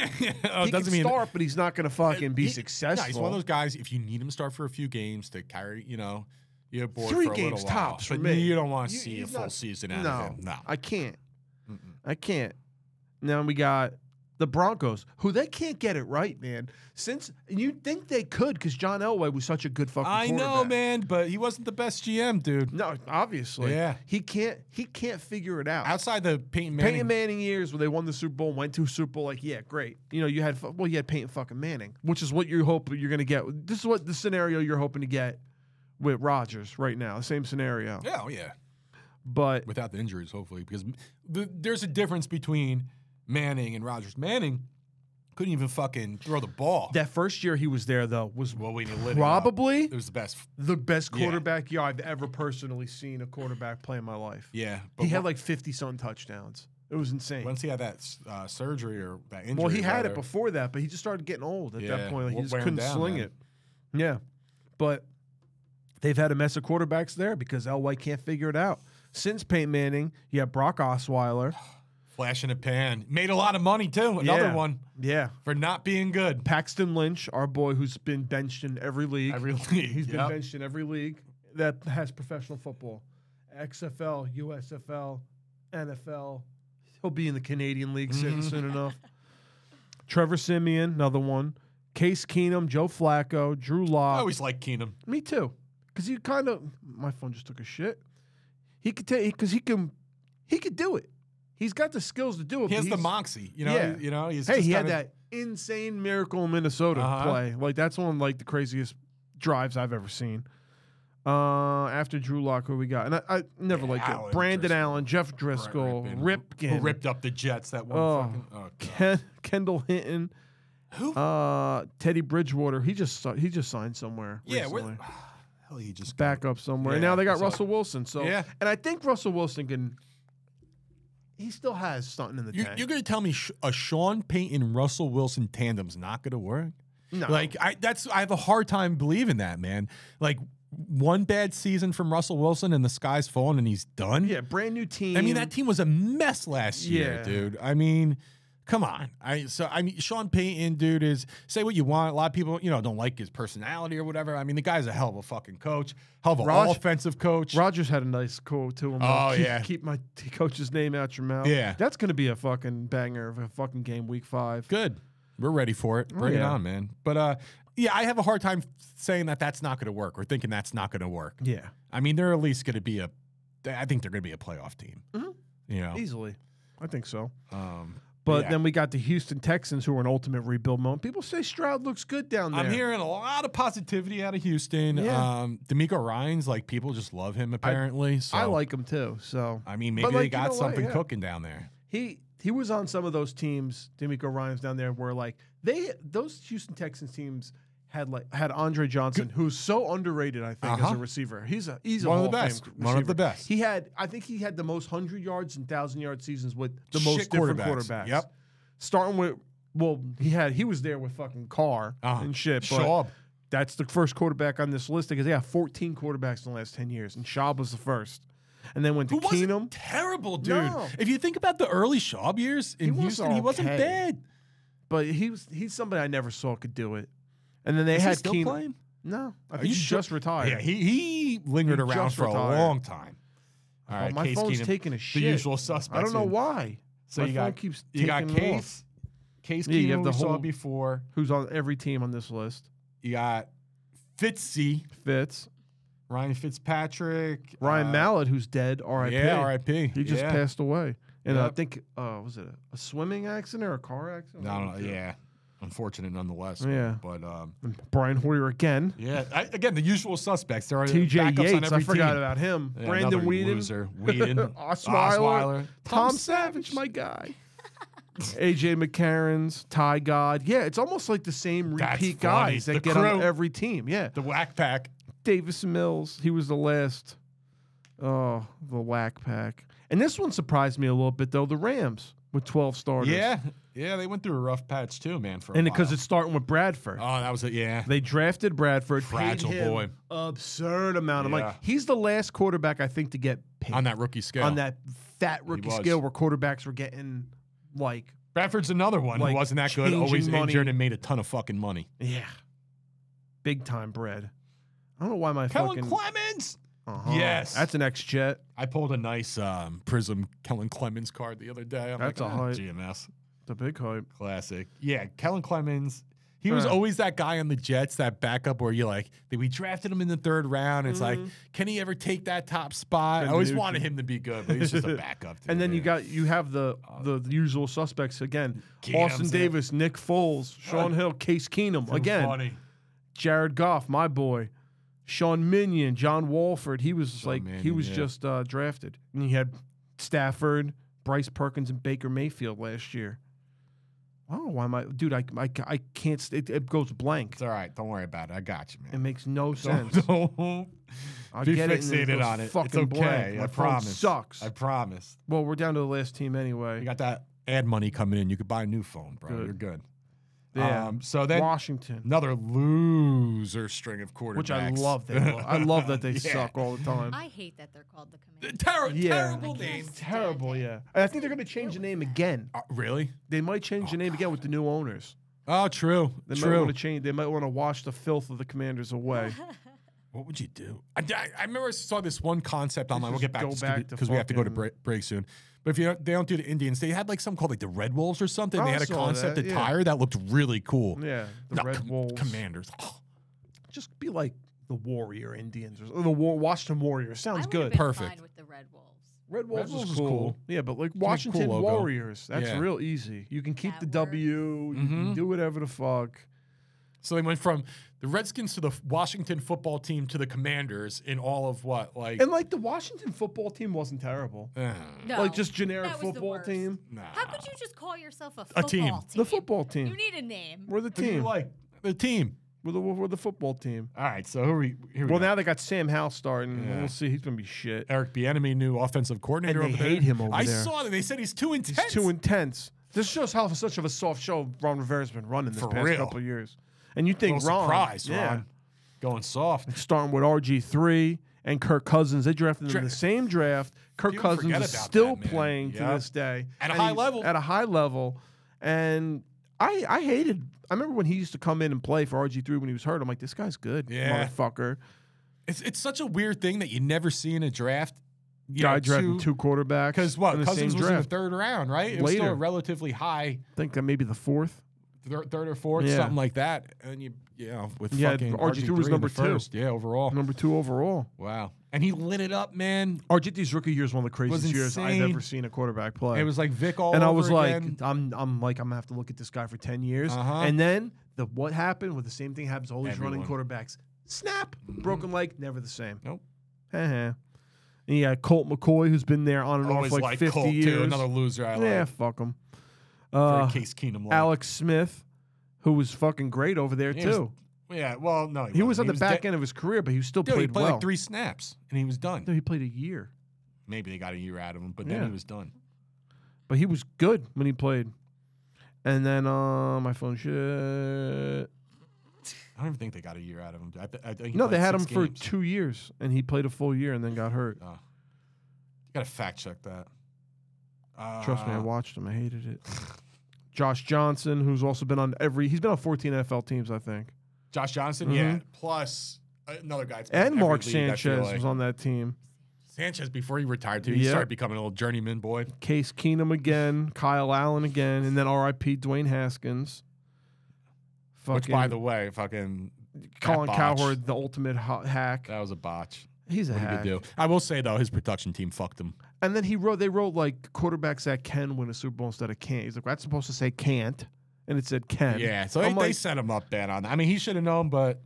Oh, he doesn't can mean start, but he's not going to fucking be He- successful. Yeah, he's one of those guys. If you need him to start for a few games to carry, you know, you're bored Three for a games little while, tops for but me. You don't want to You- see a he's full not- season out of no, him. No, I can't. Mm-mm. I can't. Now we got the Broncos, who they can't get it right, man. Since and you'd think they could, because John Elway was such a good fucking. I know, quarterback. man, but he wasn't the best GM, dude. No, obviously. Yeah. He can't. He can't figure it out. Outside the Peyton Manning, Peyton Manning years where they won the Super Bowl, went to a Super Bowl, like, yeah, great. You know, you had, fu- well, you had Peyton fucking Manning, which is what you hope you're going to get. This is what the scenario you're hoping to get with Rodgers right now, the same scenario. yeah, oh, yeah, But without the injuries, hopefully, because the, there's a difference between Manning and Rogers. Manning couldn't even fucking throw the ball. that first year he was there, though, was well, we lit it up. probably it was the best. f- the best Yeah. quarterback year I've ever personally seen a quarterback play in my life. Yeah, he had on- like 50 some touchdowns. It was insane. once he had that uh, surgery or that injury. Well, he had rather, it before that, but he just started getting old at that Yeah, point. Like, he we'll just wear him couldn't down sling then. it. Yeah, but they've had a mess of quarterbacks there because Elway can't figure it out. Since Peyton Manning, you have Brock Osweiler. Flash in a pan. Made a lot of money too. Another Yeah. one Yeah, for not being good. Paxton Lynch, our boy who's been benched in every league. Every league. He's Yep. been benched in every league that has professional football, XFL, USFL, NFL. He'll be in the Canadian League soon, Mm-hmm. soon enough. Trevor Simeon, another one. Case Keenum, Joe Flacco, Drew I Lock. always like Keenum. Me too, because he kind of. My phone just took a shit. He could take because he can. He could do it. He's got the skills to do it. He but has the he's- moxie. You know. Yeah. You know. He's Hey, just he had kinda- that insane miracle in Minnesota Uh-huh. play. Like that's one of like the craziest drives I've ever seen. Uh, after Drew Lock, who we got? And I, I never Yeah, liked Allen it. Brandon Driscoll. Allen, Jeff Driscoll, Brett Ripken, Who ripped up the Jets? That one. Oh, fucking, oh God. Ken, Kendall Hinton, Who? uh, Teddy Bridgewater. He just si- he just signed somewhere. yeah. recently Where, hell, he just back up somewhere. and Yeah, now they got so- Russell Wilson. So Yeah. and I think Russell Wilson can. He still has something in the You're, tank. you're gonna tell me Sh- a Sean Payton Russell Wilson tandem's not gonna work? No. Like I that's I have a hard time believing that man. Like one bad season from Russell Wilson and the sky's falling and he's done. yeah, brand new team. I mean, that team was a mess last year, Yeah. dude. I mean, come on. I so I mean, Sean Payton, dude, is say what you want. A lot of people, you know, don't like his personality or whatever. I mean, the guy's a hell of a fucking coach, hell of an Raj- offensive coach. Rogers had a nice quote to him. Oh, like, keep, yeah. keep my t- coach's name out your mouth. Yeah. that's gonna be a fucking banger of a fucking game week five. Good, we're ready for it. Bring it yeah. on, man. But uh, yeah, I have a hard time saying that that's not going to work or thinking that's not going to work. Yeah, I mean, they're at least going to be a. I think they're going to be a playoff team. Mhm. You know, easily. I think so. um, But Oh. Yeah. then we got the Houston Texans, who are an ultimate rebuild moment. People say Stroud looks good down there. I'm hearing a lot of positivity out of Houston. Yeah. Um, D'Amico Ryan's like people just love him apparently. so I like him too. So I mean, maybe But, they like, you got know what? something Yeah. cooking down there. he he was on some of those teams, D'Amico Ryan's down there, where like they those Houston Texans teams had like had Andre Johnson, who's so underrated, I think, as Uh-huh. a receiver. He's a he's a One of the Hall best. Fame One of the receiver. best. He had I think he had the most hundred yards and thousand yard seasons with the most Shit different quarterbacks. quarterbacks. Yep. Starting with well, he had he was there with fucking Carr Uh-huh. and shit. But Schaub. That's the first quarterback on this list because they got 14 quarterbacks in the last 10 years, and Schaub was the first. And then went to Who wasn't Keenum. terrible, dude. No. If you think about the early Schaub years in was Houston, he wasn't okay. bad. but he was he's somebody I never saw could do it. And then they Is had he still Keenum. playing? No, I Are think you he sure? just retired. Yeah, he, he lingered He around just for retired. a long time. All Oh, right, my Case phone's Keenum, taking a the shit. usual suspects. I don't know in- why. So my you phone got keeps you got taking me off. Case, Case Yeah, you have Keenum the we saw whole- before. Who's on every team on this list? You got Fitzy, Fitz, Ryan Fitzpatrick, Ryan uh, Mallett, who's dead. R.I.P. Yeah, R.I.P. He just yeah. passed away, and I Yep. think uh, was it a, a swimming accident or a car accident? I don't know. Yeah, unfortunate nonetheless. Yeah. but um, And Brian Hoyer again. yeah. I, again, the usual suspects. There are T.J. backups on Yates. I every forgot team. about him. Yeah, Brandon another Whedon. loser. Whedon, Osweiler, Osweiler, Tom, Savage, my guy. AJ McCarron's Ty God. Yeah, it's almost like the same That's repeat funny. guys that The get crew. on every team. Yeah. the Whack Pack. Davis Mills. He was the last. Oh, the whack pack. And this one surprised me a little bit though. The Rams with 12 starters. Yeah, yeah. They went through a rough patch too, man. For a And because while. it's starting with Bradford. oh, that was it. Yeah, They drafted Bradford. paid Fragile him boy. Absurd amount. I'm Yeah. like, he's the last quarterback I think to get paid on that rookie scale. on that fat rookie was. scale where quarterbacks were getting like Bradford's another one Like, who wasn't that good. Always changing money. injured and made a ton of fucking money. Yeah. Big time bread. I don't know why my Kellen fucking Clemens. Uh-huh. Yes. That's an ex jet. I pulled a nice um, Prism Kellen Clemens card the other day. I'm That's like, a "Ah, hype. GMS The big hype. classic. Yeah, Kellen Clemens. He was Uh. always that guy on the Jets, that backup where you like that we drafted him in the third round. It's like, Mm-hmm. can he ever take that top spot? And I always Nuke. wanted him to be good, but he's just a backup. And then dude. you got you have the the, usual suspects again. Gams Austin in it. Davis, Nick Foles, Sean Hill, Case Keenum. So Again, funny. Jared Goff, my boy. Sean Minion, John Walford. He was like he Minion, was yeah. just uh, drafted. And you had Stafford, Bryce Perkins, and Baker Mayfield last year. I don't know why my dude, I I, I can't. st- It, it goes blank. It's all right. Don't worry about it. I got you, man. It makes no sense. Don't, don't I be get it. and fixated then goes on it. Fucking It's okay. blank. My I phone promise. Sucks. I promise. well, we're down to the last team You anyway. got that ad money coming in. You could buy a new phone, bro. Good. You're good. Yeah. Um, so then Washington, another loser string of quarterbacks, which I love. They lo- I love that they Yeah. suck all the time. I hate that they're called the Commanders. Terri- Yeah. Terrible I can't name. stand Terrible. it. Yeah. And I think they're gonna change the name again. Uh, really? They might change the name again with the new owners. Oh, true. They might true. want to change. They might want to wash the filth of the Commanders away. What would you do? I, I, I remember I saw this one concept online. We'll get just back go to back to because we have to go to fucking- break, break soon. But if you don't, they don't do the Indians, they had like something called like the Red Wolves or something. Oh, they I had a saw concept that, yeah. attire that looked really cool. yeah. The No, Red com- Wolves. Commanders. oh, Just be like the Warrior Indians or, or the War- Washington Warriors. I Sounds would've good. been Perfect. fine with the Red Wolves. Red Wolves, Wolves is is cool. cool. Yeah, but like cool Washington logo. Warriors, that's Yeah. real easy. You can keep That the W. You can Mhm. do whatever the fuck. So they went from the Redskins to the Washington football team to the Commanders in all of what like. And like the Washington football team wasn't terrible. Uh, No, like just generic that was the football worst. team. nah. How could you just call yourself a A football team. team? The football You team. need a name. We're the Who do you team. like the team? We're the we're the football team. All right, so who are we? Here we Well, go. now they got Sam Howell starting. Yeah. We'll see. He's gonna be shit. Eric Bieniemy, new offensive coordinator. And they over there. hate him over I there. saw that they said he's too intense. He's too intense. This shows how such of a soft show Ron Rivera's been running this For past real. couple of years. And you No think Ron? surprise, yeah, Ron. Going soft. starting with RG three and Kirk Cousins. They drafted them in Dra- the same draft. Kirk People Cousins forget is about still that, man. playing to Yep. this day At a And high he's level. At a high level, and I I hated. I remember when he used to come in and play for RG three when he was hurt. I'm like, this guy's good, Yeah. motherfucker. It's it's such a weird thing that you never see in a draft. You Guy know, drafting two, quarterbacks because what in the Cousins same was in the draft. third round, right? It was still Later. a relatively high I think that maybe the fourth. thir- third or fourth, Yeah. something like that. And you, you know, with Yeah, fucking RG3 was in number the two. first. Yeah, overall. Number two overall. Wow. And he lit it up, man. RG3's rookie year is one of the craziest years I've insane. ever seen a quarterback play. It was like Vic all and I over was like, again. I'm, I'm like, I'm gonna have to look at this guy for ten years. Uh-huh. And then the what happened with the same thing happens to all these running Everyone. quarterbacks. Snap, broken leg, never the same. Nope. Uh-huh. And you got Colt McCoy, who's been there on and always off like, like 50 Colt years. too. Another loser I yeah, like. fuck him. Very Uh, Case Keenum. like. Alex Smith, who was fucking great over there He was- too. Yeah. Well, no, He was on wasn't. the back de- end of his career, but he still Dude, played he played well. like three snaps and he was done. No, he played a year, Maybe they got a year out of him, but then Yeah. he was done. but he was good when he played. And then uh, my phone shit. I don't even think they got a year out of him. I, th- I think he No, they played had him six for games. two years, and he played a full year and then got hurt. Oh. You gotta fact check that. Uh, Trust me, I watched him. I hated it. Josh Johnson, who's also been on every, he's been on 14 NFL teams, I think. Johnson. Yeah. Plus another guy. that's been in Mm-hmm. And every Mark league, I feel Sanchez like. was on that team. Sanchez before he retired too. He Yeah. started becoming a little journeyman boy. Case Keenum again, Kyle Allen again, and then R.I.P. Dwayne Haskins. Fucking Which, by the way, fucking Colin that botch. Cowherd, the ultimate ho- hack. That was a botch. He's a What hack. he could do. I will say though, his production team fucked him. And then he wrote, they wrote like quarterbacks that can win a Super Bowl instead of can't. He's like, that's supposed to say can't, and it said can. Yeah, so they, I'm they like, set him up bad on that. I mean, he should have known, but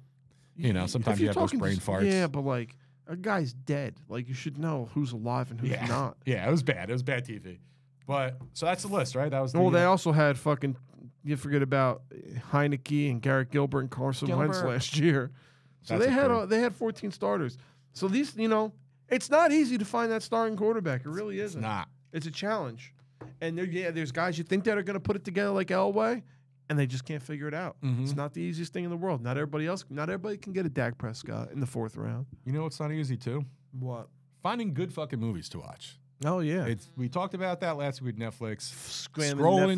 you know, sometimes if you you're have those talking brain just- farts. Yeah, but like a guy's dead. Like you should know who's alive and who's yeah, not. yeah, it was bad. It was bad TV. But so that's the list, right? That was the, Well, they also had fucking. You forget about Heineke and Garrett Gilbert and Carson Wentz Gilbert. last year. So That's they a had crew. uh, they had 14 starters. So these, you know, it's not easy to find that starting quarterback. It really isn't. not. It's a challenge. And there, yeah, there's guys you think that are going to put it together like Elway, and they just can't figure it out. Mm-hmm. It's not the easiest thing in the world. Not everybody else. Not everybody can get a Dak Prescott in the fourth round. You know, it's not easy too. What? Finding good fucking movies to watch. Oh yeah. It's we talked about that last week with Netflix. Scrambling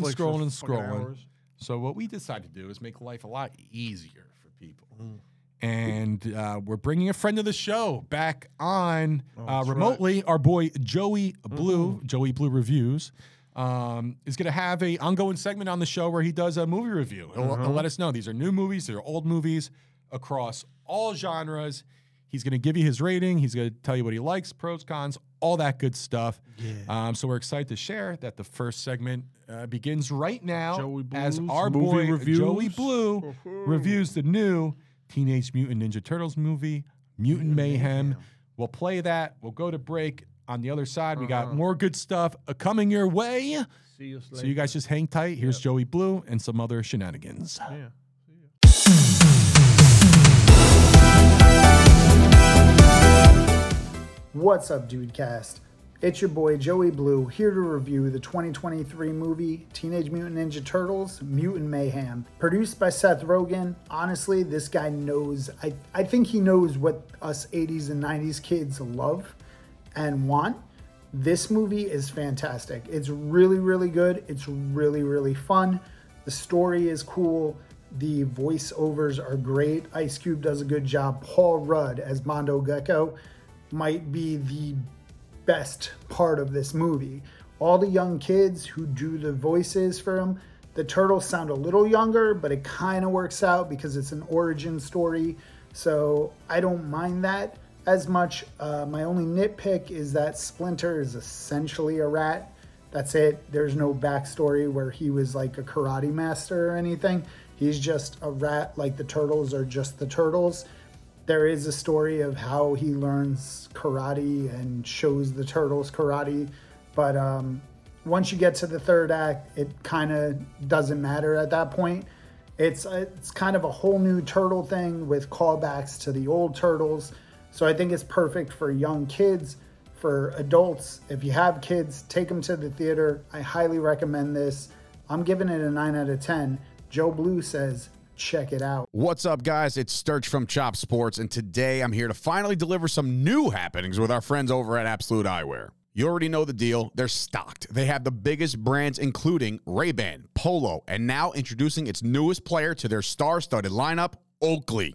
scrolling, Netflix for scrolling, fucking scrolling. hours. So what we decided to do is make life a lot easier for people. Mm. And uh, we're bringing a friend of the show back on uh, Oh, that's right. Mm-hmm. remotely. Our boy Joey Blue, Joey Blue Reviews, um, is going to have a ongoing segment on the show where he does a movie review. He'll, Mm-hmm. he'll let us know these are new movies, they're old movies across all genres. He's going to give you his rating. He's going to tell you what he likes, pros, cons, all that good stuff. Um, so we're excited to share that the first segment uh, begins right now Joey as Blue's our movie boy reviews. Joey Blue reviews the new Teenage Mutant Ninja Turtles movie, Mutant Mayhem. We'll play that. We'll go to break. On the other side, we got more good stuff uh, coming your way. Uh-huh. See you So you guys just hang tight. Here's Joey Blue and some other shenanigans. Yeah. What's up, dude cast? It's your boy Joey Blue here to review the 2023 movie Teenage Mutant Ninja Turtles Mutant Mayhem. Produced by Seth Rogen, honestly, this guy knows, I, I think he knows what us 80s and 90s kids love and want. This movie is fantastic. It's really, really good. It's really, really fun. The story is cool. The voiceovers are great. Ice Cube does a good job. Paul Rudd as Mondo Gecko might be the best part of this movie. All the young kids who do the voices for him, the turtles sound a little younger, but it kind of works out because it's an origin story. So I don't mind that as much. Uh, my only nitpick is that Splinter is essentially a rat. That's it. There's no backstory where he was like a karate master or anything. He's just a rat, like the turtles are just the turtles there is a story of how he learns karate and shows the turtles karate but um, once you get to the third act it kind of doesn't matter at that point it's it's kind of a whole new turtle thing with callbacks to the old turtles so i think it's perfect for young kids for adults if you have kids take them to the theater i highly recommend this i'm giving it a 9 out of 10 joe blue says check it out What's up, guys? It's Sturge from Chop Sports, and today I'm here to finally deliver some new happenings with our friends over at Absolute Eyewear. You already know the deal. They're stocked. They have the biggest brands, including Ray-Ban, Polo, and now introducing its newest player to their star-studded lineup, Oakley.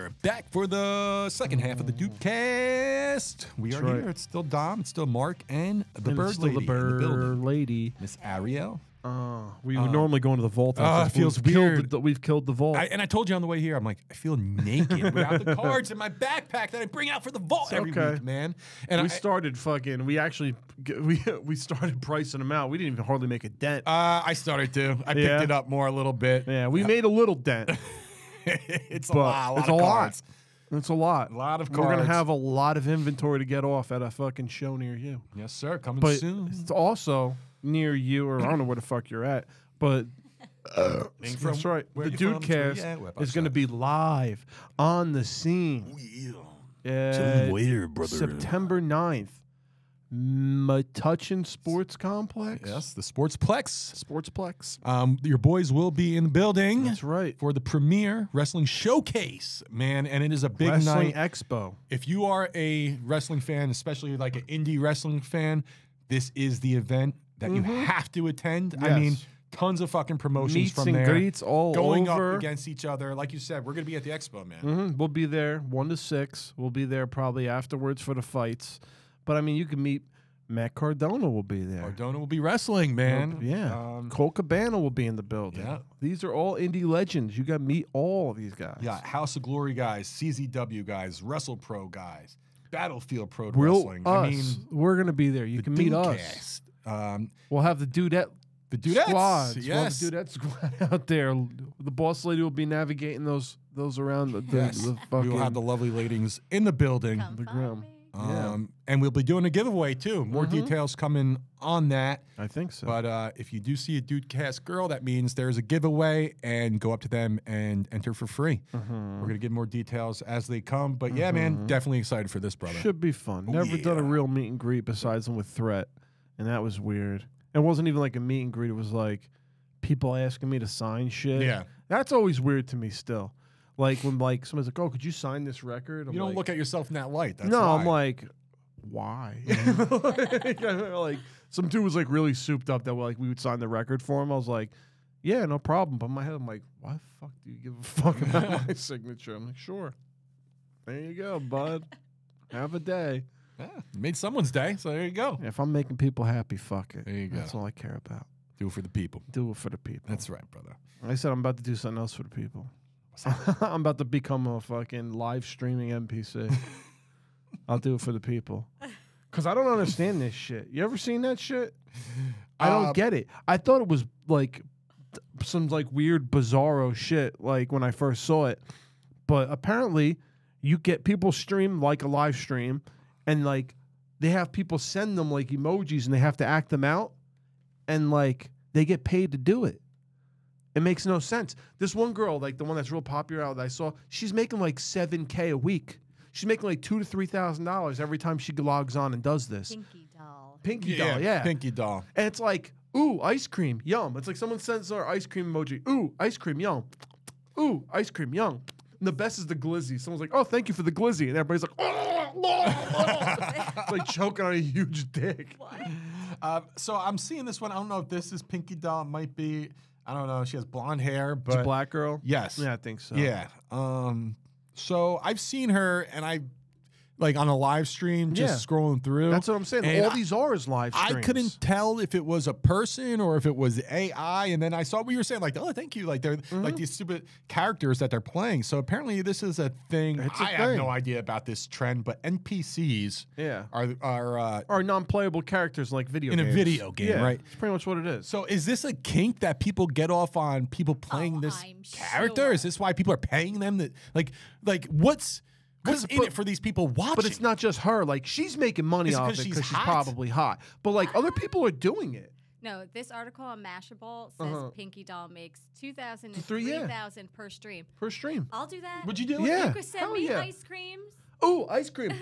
We're back for the second half of the Duke cast. We That's are right. here. It's still Dom, it's still Mark, and the And it's bird still lady. the in the bird building. lady. Miss Ariel. Uh, we would normally go into the vault. Ah, after it this, feels but we've killed weird. the- we've killed the vault. I, and I told you on the way here, I'm like, I feel naked without the cards in my backpack that I bring out for the vault every okay. week, man. And we I, started fucking. We actually g- we we started pricing them out. We didn't even hardly make a dent. uh, I started to. I picked Yeah. it up more a little bit. yeah, we made a little dent, it's a but lot, a lot it's of a cards. lot. It's a lot. A lot of We're gonna cards. have a lot of inventory to get off at a fucking show near you. Yes, sir. Coming But soon. it's also near you, or I don't know where the fuck you're at, but. Being from That's right. where The you Dude from, to- Cast yeah, we're is going to outside. be live uh, on the scene. Yeah. September 9th. Metuchen Sports Complex. Yes, the Sportsplex. Sportsplex. Um, your boys will be in the building. That's right. For the premiere wrestling showcase, man, and it is a big Wrestling night. Expo. if you are a wrestling fan, especially like an indie wrestling fan, this is the event that you have to attend. I mean, Mm-hmm. Yes. tons of fucking promotions Meets from and there. greets all going over. up against each other. Like you said, we're gonna be at the expo, man. Mhm, We'll be there one to six. We'll be there probably afterwards for the fights. But I mean, you can meet Matt Cardona. Will be there. Cardona will be wrestling, man. Yeah. Um, Cole Cabana will be in the building. Yeah. These are all indie legends. You got to meet all these guys. yeah, House of Glory guys, CZW guys, Wrestle Pro guys, Battlefield Pro We'll Wrestling. us. I mean, we're gonna be there. You the can meet us. Dudecast. Um, We'll have the dudette. the Dudettes. squads. We'll have Yes. the dudette squad out there. The boss lady will be navigating those those around the, the, Yes. the we fucking. will have the lovely ladies in the building. Come the find ground. me. Yeah. Mm-hmm. Um, And we'll be doing a giveaway too. More details coming on that. I think so. But uh, if you do see a dude cast girl, that means there's a giveaway and go up to them and enter for free. Mm-hmm. We're going to get more details as they come. But yeah, man, definitely excited for this, brother. Should be fun. Oh, Never done a yeah. real meet and greet besides them with Threat, and that was weird. It wasn't even like a meet and greet. It was like people asking me to sign shit. Yeah. that's always weird to me still. Like when like somebody's like, "Oh, could you sign this record?" I'm you don't like, look at yourself in that light. That's no, why. I'm like, why? like some dude was like really souped up that like we would sign the record for him. I was like, yeah, no problem. But in my head, I'm like, why the fuck do you give a fuck about my signature? I'm like, sure. There you go, bud. Have a day. Yeah, you made someone's day. So there you go. If I'm making people happy, fuck it. There you go. That's all I care about. Do it for the people. Do it for the people. That's right, brother. I said I'm about to do something else for the people. I'm about to become a fucking live streaming NPC. I'll do it for the people. Cause I don't understand this shit. You ever seen that shit? I don't Uh, get it. I thought it was like th- some like weird bizarro shit like when I first saw it. But apparently you get people stream like a live stream and like they have people send them like emojis and they have to act them out and like they get paid to do it. It makes no sense. This one girl, like the one that's real popular out that I saw, she's making like seven k a week. She's making like two to three thousand dollars every time she logs on and does this. Pinky doll. Pinky doll, yeah. Pinky doll. And it's like, ooh, ice cream, yum. It's like someone sends her ice cream emoji. Ooh, ice cream, yum. Ooh, ice cream, yum. And the best is the glizzy. Someone's like, oh, thank you for the glizzy, and everybody's like, oh, it's like choking on a huge dick. Uh, so I'm seeing this one. I don't know if this is Pinky Doll. It might be. I don't know. She has blonde hair, but It's a black girl. Yes. yeah, I think so. Yeah. Um. So I've seen her, and I like on a live stream, just Yeah. scrolling through. that's what I'm saying. And All I- these are is live streams. I couldn't tell if it was a person or if it was AI, and then I saw what you were saying, like, oh, thank you, like they're Mm-hmm. like these stupid characters that they're playing. So apparently, this is a thing. I It's a have thing. no idea about this trend, but NPCs Yeah. are are uh, Are non-playable characters like video In a games. video game, Yeah, right. It's pretty much what it is. So is this a kink that people get off on people playing Oh, this I'm character? Is sure. this why people are paying them that like like what's what's in but- it for these people watching? but it's not just her. Like she's making money It's off it 'cause she's because she's, hot? probably hot. But like other people are doing it. No, this article on Mashable says Uh-huh. Pinky Doll makes 2,000 to Three, yeah. 3,000 per stream. Per stream. I'll do that. Would you do it? Yeah. Oh, You could send Hell me yeah. ice creams. Ooh, ice cream.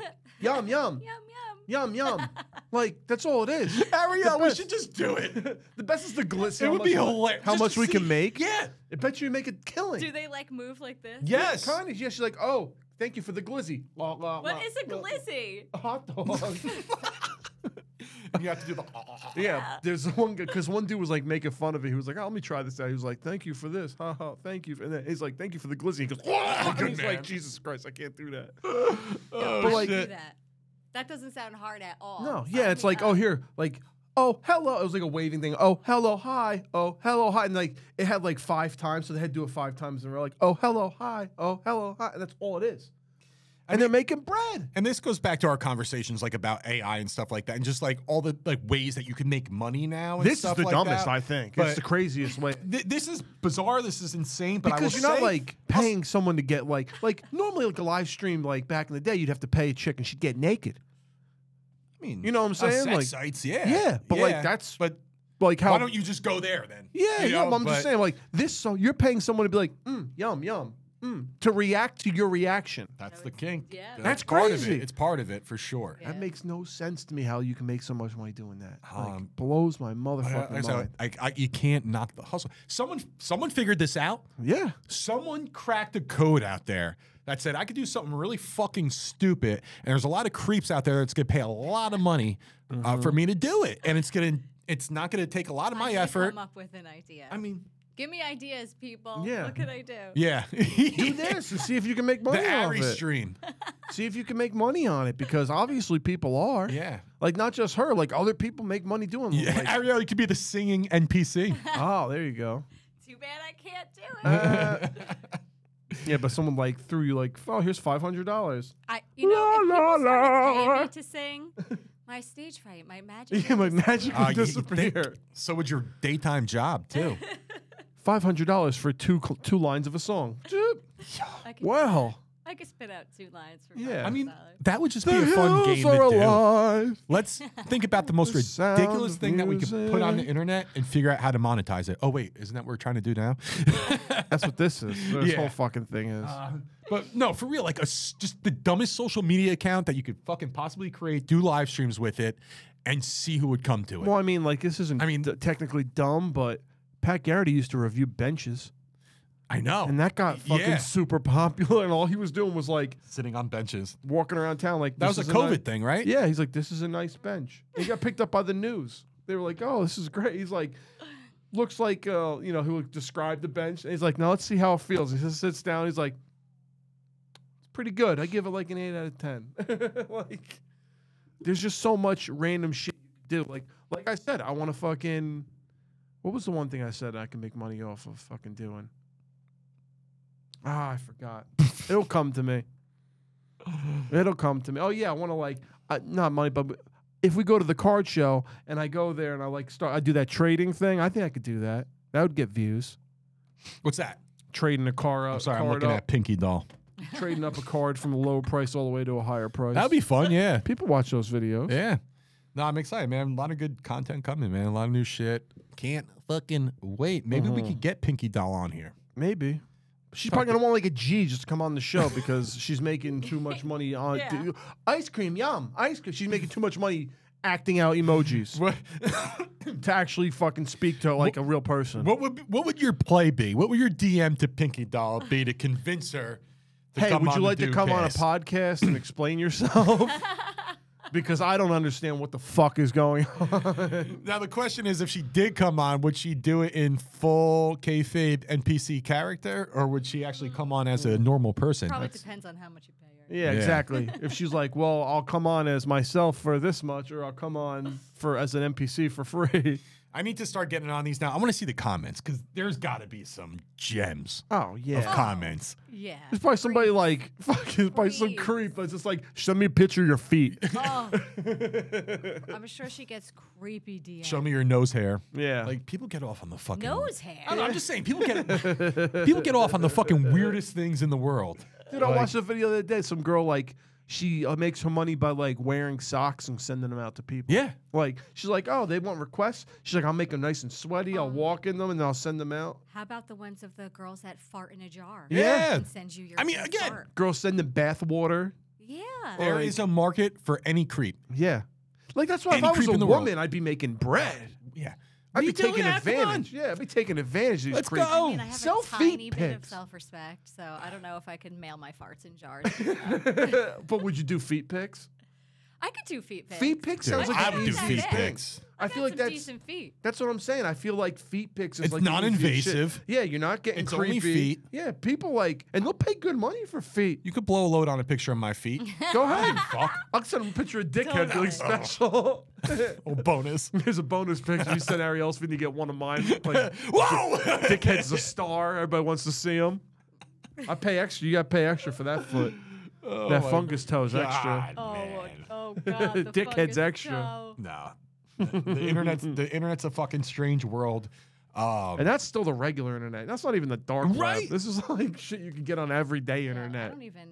yum, yum. Yum, yum. Yum, yum. like, that's all it is. Ariel, The we best- should just do it. The best is the glitz. It how would much- be hilarious. How Just much to we can see. make. Yeah. I bet you make a killing. Do they like move like this? Yes. Kind of. Yeah, she's like, oh, thank you for the glizzy. La, la, la, What is a la. glizzy? Hot dog. you have to do the "Ah." yeah, there's one because one dude was like making fun of it. He was like, oh, "Let me try this out." He was like, "Thank you for this, ha ha, thank you." And then he's like, "Thank you for the glizzy." He goes, "Wah!" Good he's man. like, "Jesus Christ, I can't do that." oh, But, like- Do shit. that. That doesn't sound hard at all. No, Sign yeah, it's me like, up. oh, here, like, oh, hello. It was like a waving thing. Oh, hello, hi. Oh, hello, hi. And like, it had like five times, so they had to do it five times, and we're like, oh, hello, hi. Oh, hello, hi. And that's all it is. and they're making bread. And this goes back to our conversations like about AI and stuff like that, and just like all the like ways that you can make money now. And stuff like that. But it's the craziest way. th- this is bizarre. This is insane. But I Because will you're not say- like paying someone to get like like normally like a live stream like back in the day you'd have to pay a chick and she'd get naked I mean, you know what I'm on saying? sex Like- sites, yeah, Yeah, but, like, that's But like how why don't you just go there then? yeah You yeah know, but I'm just but- saying like this so you're paying someone to be like mm, yum yum to react to your reaction. That's the king. yeah. That's part of crazy. it. It's part of it for sure. Yeah. That makes no sense to me how you can make so much money doing that. like, Um, blows my I- motherfucking I- mind. I, I, you can't knock the hustle. Someone, someone figured this out. yeah. Someone cracked a code out there that said I could do something really fucking stupid, and there's a lot of creeps out there that's gonna pay a lot of money uh, Mm-hmm. for me to do it, and it's gonna, it's not gonna take a lot of I my should effort. Come up with an idea. I mean, give me ideas, people. Yeah. What could I do? yeah, Do this and see if you can make money the off Ari it. stream. See if you can make money on it because obviously people are. Yeah. Like not just her, like other people make money doing it. Yeah, Like, Ariel, you could be the singing NPC. oh, there you go. Too bad I can't do it. Uh, yeah, but someone like threw you like, oh, here's five hundred dollars. I, you know, if people started paying me to sing, my stage fright, my magic. Yeah, my would disappear. magic would Uh, you- you think- disappear. so would your daytime job too. Five hundred dollars for two cl- two lines of a song. Joop. I could, Wow. I could spit out two lines for Yeah. yeah. I I mean, dollars. that would just The be a fun hills game to are do. alive. Let's think about the most The sound ridiculous of thing that we could put on the music. internet and figure out how to monetize it. Oh wait, isn't that what we're trying to do now? That's what this is. This Yeah. Uh, whole fucking thing is. but no, for real, like a s just the dumbest social media account that you could fucking possibly create, do live streams with it, and see who would come to it. well, I mean, like this isn't. I mean- d- technically dumb, but Pat Garrity used to review benches, I know. and that got fucking yeah. super popular. And all he was doing was like sitting on benches. walking around town, like That "This was a is ni- COVID thing, right? Yeah, he's like, this is a nice bench. He got picked up by the news. They were like, oh, this is great. He's like, looks like, uh, you know, he would describe the bench. And he's like, now let's see how it feels. He just sits down. He's like, it's pretty good. I give it like an eight out of ten. like, there's just so much random shit you can do. Like, like I said, I want to fucking. What was the one thing I said I can make money off of fucking doing? Ah, I forgot. It'll come to me. It'll come to me. Oh yeah, I want to like uh, not money, but if we go to the card show and I go there and I like start, I do that trading thing. I think I could do that. That would get views. What's that? Trading a car out, I'm sorry, I'm card looking up, at Pinky Doll. trading up a card from a lower price all the way to a higher price. That'd be fun. Yeah. people watch those videos. Yeah. No, I'm excited, man. A lot of good content coming, man. A lot of new shit. Can't fucking wait. Maybe we could get Pinky Doll on here. Maybe. She's probably gonna want like a G just to come on the show because she's making too much money on Yeah. ice cream. Yum, ice cream. She's making too much money acting out emojis to actually fucking speak to like a real person. What would what would your play be? What would your DM to Pinky Doll be to convince her? To hey, come would on you the like to come Dudecast? on a podcast and explain yourself? because I don't understand what the fuck is going on. Now the question is, if she did come on, would she do it in full kayfabe NPC character, or would she actually come on as a normal person? Probably That's- depends on how much you pay her. yeah, Yeah. exactly. if she's like, well, I'll come on as myself for this much, or I'll come on for as an NPC for free. I need to start getting on these now. I want to see the comments because there's got to be some gems Oh of yeah. comments. Yeah. There's probably somebody like fucking probably some Creeps. creep that's just like, send me a picture of your feet. Oh. I'm sure she gets creepy DMs. Show me your nose hair. yeah. Like people get off on the fucking nose I hair. don't know, I'm just saying people get people get off on the fucking weirdest things in the world. Dude, I watched a video the other day. Some girl like she uh, makes her money by like wearing socks and sending them out to people. Yeah. Like she's like, oh, they want requests. She's like, I'll make them nice and sweaty. I'll walk in them and I'll send them out. How about the ones of the girls that fart in a jar? Yeah. And send you your. I mean, own again- fart? Girls send them bath water. Yeah. There is a market for any creep. Yeah. Like that's why Any if I was creep a in the woman, world. I'd be making bread. Uh, Yeah. I'd Me be too, taking yeah, come on. advantage. Yeah, I'd be taking advantage of these Let's creeps. go. I mean, I have Sell a tiny feet bit of pics. self-respect, so I don't know if I can mail my farts in jars. but would you do feet pics? I could do feet pics. Feet pics sounds Dude, like I an would do easy feet thing. pics. I, I, feel like some that's decent feet. That's what I'm saying. I feel like feet pics is It's like the easiest shit. non-invasive. Yeah, you're not getting It's only creepy. feet. Yeah, people like, and they'll pay good money for feet. You could blow a load on a picture of my feet. Go ahead. Fuck. I'll send them a picture of dickhead. Really Totally. special. Oh, bonus. There's a bonus picture. You sent Ariel's feet, you get one of mine. Like, Whoa! dickhead's a star. Everybody wants to see him. I pay extra. You got to pay extra for that foot. Oh that fungus toe's extra. Oh, man. oh God. The Dickhead's fungus extra. toe. No. The, the internet's the internet's a fucking strange world. Um, And that's still the regular internet. That's not even the dark Right. web. This is like shit you can get on everyday Yeah, I internet. don't even.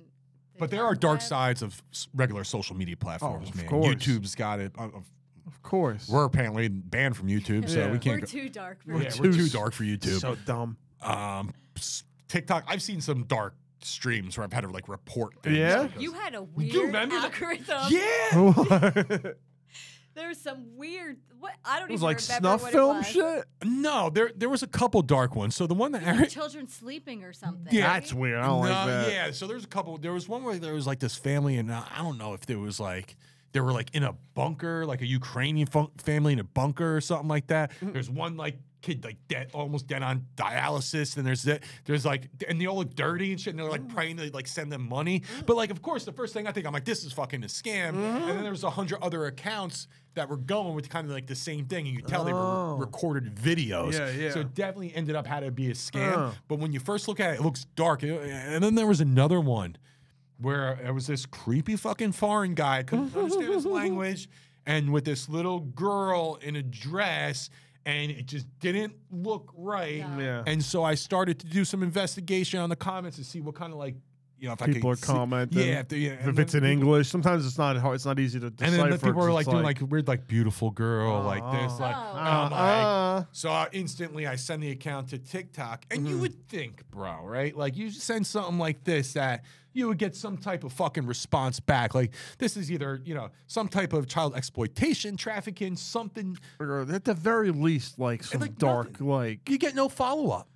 but there are dark sides. sides of s- regular social media platforms, Oh, of man. course. YouTube's got it. Uh, uh, Of course. We're apparently banned from YouTube, so Yeah. we can't go. We're too dark. For yeah, it. we're too dark for YouTube. so dumb. um, s- TikTok. I've seen some dark streams where I've had to like report. Things Yeah? because- You had a weird remember the- algorithm. yeah. it There was some weird. What I don't was even like remember snuff what it film was. shit. No, there there was a couple dark ones. So the one that Aaron, Children sleeping or something. Yeah. right? That's weird. I don't like No, that. Yeah, so there's a couple. There was one where there was like this family, and uh, I don't know if there was like they were like in a bunker, like a Ukrainian fun- family in a bunker or something like that. Mm-hmm. There's one like kid like dead, almost dead on dialysis, and there's that. There's like and they all look dirty and shit, and they're Mm. like praying to like send them money. But like, of course, the first thing I think I'm like, this is fucking a scam. And Mm-hmm. then there was a hundred other accounts. That were going with kind of like the same thing, and you could tell they were Oh. re- recorded videos. Yeah, yeah. So it definitely ended up how to be a scam. Uh. But when you first look at it, it looks dark. It- And then there was another one where there was this creepy fucking foreign guy, couldn't understand his language, and with this little girl in a dress, and it just didn't look right. Yeah. And so I started to do some investigation on the comments to see what kind of like, you know, if People I are could see- commenting. yeah, if, they- yeah, If and it's then in people- English, sometimes it's not hard. It's not easy to And decipher. then the people 'cause were it's like doing like weird, like beautiful girl, like this, Oh. like, Oh. and uh, I'm like, uh, so I instantly I send the account to TikTok, and Mm-hmm. you would think, bro, right? Like you send something like this that you would get some type of fucking response back. Like this is either you know some type of child exploitation, trafficking, something. or at the very least, like some like, dark, nothing. like You get no follow up.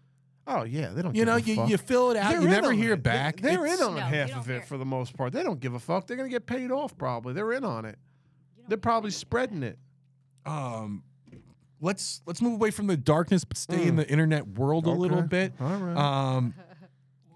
oh yeah, they don't. You give know, a you, fuck. you fill it out, They're you in never on hear it. They- back. They're It's- in on No, you half don't of hear it it. for the most part. They don't give a fuck. They're gonna get paid off probably. They're in on it. You don't They're hear probably anything. spreading it. Um, let's let's move away from the darkness, but stay in the internet world a little Mm. Okay. bit. All right. Um,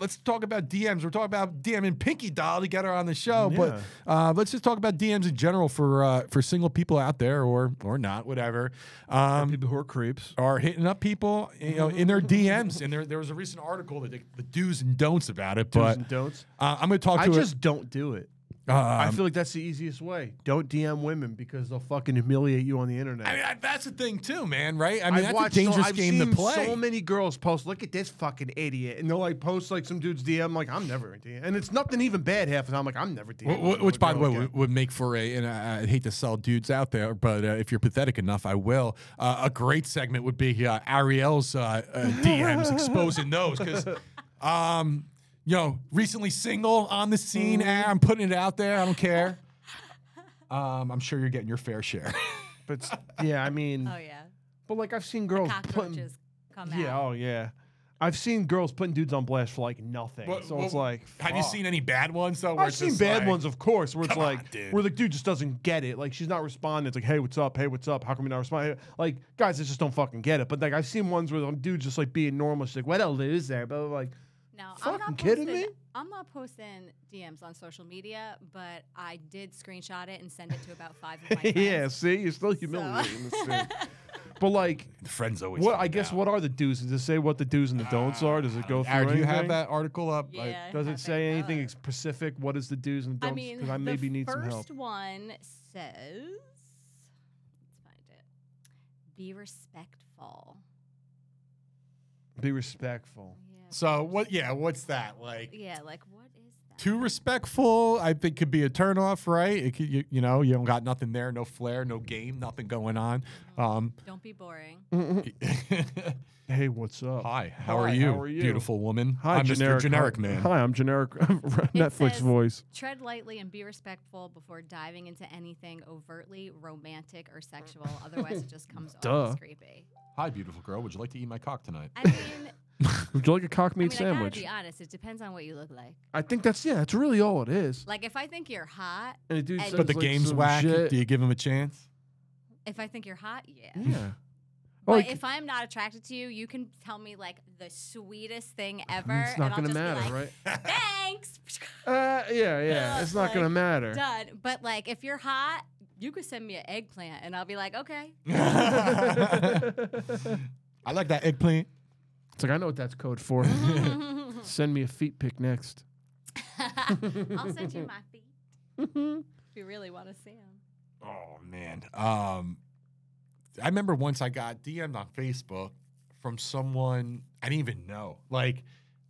let's talk about DMs. We're talking about DM and Pinky Doll to get her on the show, but uh, let's just talk about DMs in general for uh, for single people out there or or not, whatever. Um, people who are creeps. are hitting up people, you know, in their DMs, and there there was a recent article that the, the do's and don'ts about it. Do's But and don'ts. uh, I'm going to talk I to just don't do it. it. Um, I feel like that's the easiest way. Don't DM women because they'll fucking humiliate you on the internet. I mean, I, that's the thing too, man. Right? I mean, I've that's a watched dangerous so, I've game to seen play. So many girls post, look at this fucking idiot, and they'll like post like some dude's DM, like I'm never a DM, and it's nothing even bad half the time. Like I'm never DM, Wh- wh- which, by the way, would, would make for a, and I, I hate to sell dudes out there, but uh, if you're pathetic enough, I will. Uh, a great segment would be uh, Ariel's uh, uh, DMs exposing those because, um, you know, recently single on the scene. eh, Mm-hmm. I'm putting it out there. I don't care. Um, I'm sure you're getting your fair share. but s- yeah, I mean, Oh yeah. but like I've seen girls putting, Cockroaches come out. yeah, oh yeah, I've seen girls putting dudes on blast for like nothing. What- so what- it's like, Have you fuck. seen any bad ones though? where Oh. I've it's seen just bad like- ones, of course, where it's "Come on, like, dude." where the dude just doesn't get it. Like she's not responding. It's like, hey, what's up? Hey, what's up? How come you're not responding? Like guys, I just don't fucking get it. But like I've seen ones where the dude just like being normal, just like, what else is there? But like, No, I'm Fucking not kidding posting, me? I'm not posting DMs on social media, but I did screenshot it and send it to about five of my friends. yeah, see, you're still humiliating this dude. But like, The friends always. what? find I guess out. what are the do's? Does it say what the do's and the don'ts are? Does it go through? Uh, Aaron, do you have anything? that article up? Yeah, I- I Does have it say anything up. ex- specific? What is the do's and don'ts? I mean, 'Cause I the maybe need first some help. one says, let's find it. Be respectful. Be respectful. Yeah. So what? Yeah, what's that like? yeah, like what is that? too respectful, I think, could be a turnoff, right? It could, you, you know, you don't got nothing there, no flair, no game, nothing going on. Um, Don't be boring. Hey, what's up? hi, how are Mm-hmm. Hi, you, how are you? beautiful woman? Hi, I'm generic, Mr. Generic Man. Hi, I'm generic. Netflix says- voice. Tread lightly and be respectful before diving into anything overtly romantic or sexual. Otherwise, it just comes off Duh. as creepy. Hi, beautiful girl. Would you like to eat my cock tonight? I mean, Would you like a cock I, mean meat I gotta sandwich? be honest. It depends on what you look like. I think that's yeah. That's really all it is. Like if I think you're hot, And the dude But says, But the like, game's some whack. shit. Do you give him a chance? if I think you're hot, yeah. Yeah. Oh, But Like- if I'm not attracted to you, you can tell me like the sweetest thing ever, I mean, it's not and I'll gonna just matter, be like, right? "Thanks, Uh, yeah, yeah. Yeah, It's not like, gonna matter. done." But like, if you're hot, you could send me an eggplant, and I'll be like, "Okay." I like that eggplant. It's like I know what that's code for. Send me a feet pick next. I'll send you my feet Mm-hmm. if you really want to see them. Oh man. Um I remember once I got DM'd on Facebook from someone I didn't even know. Like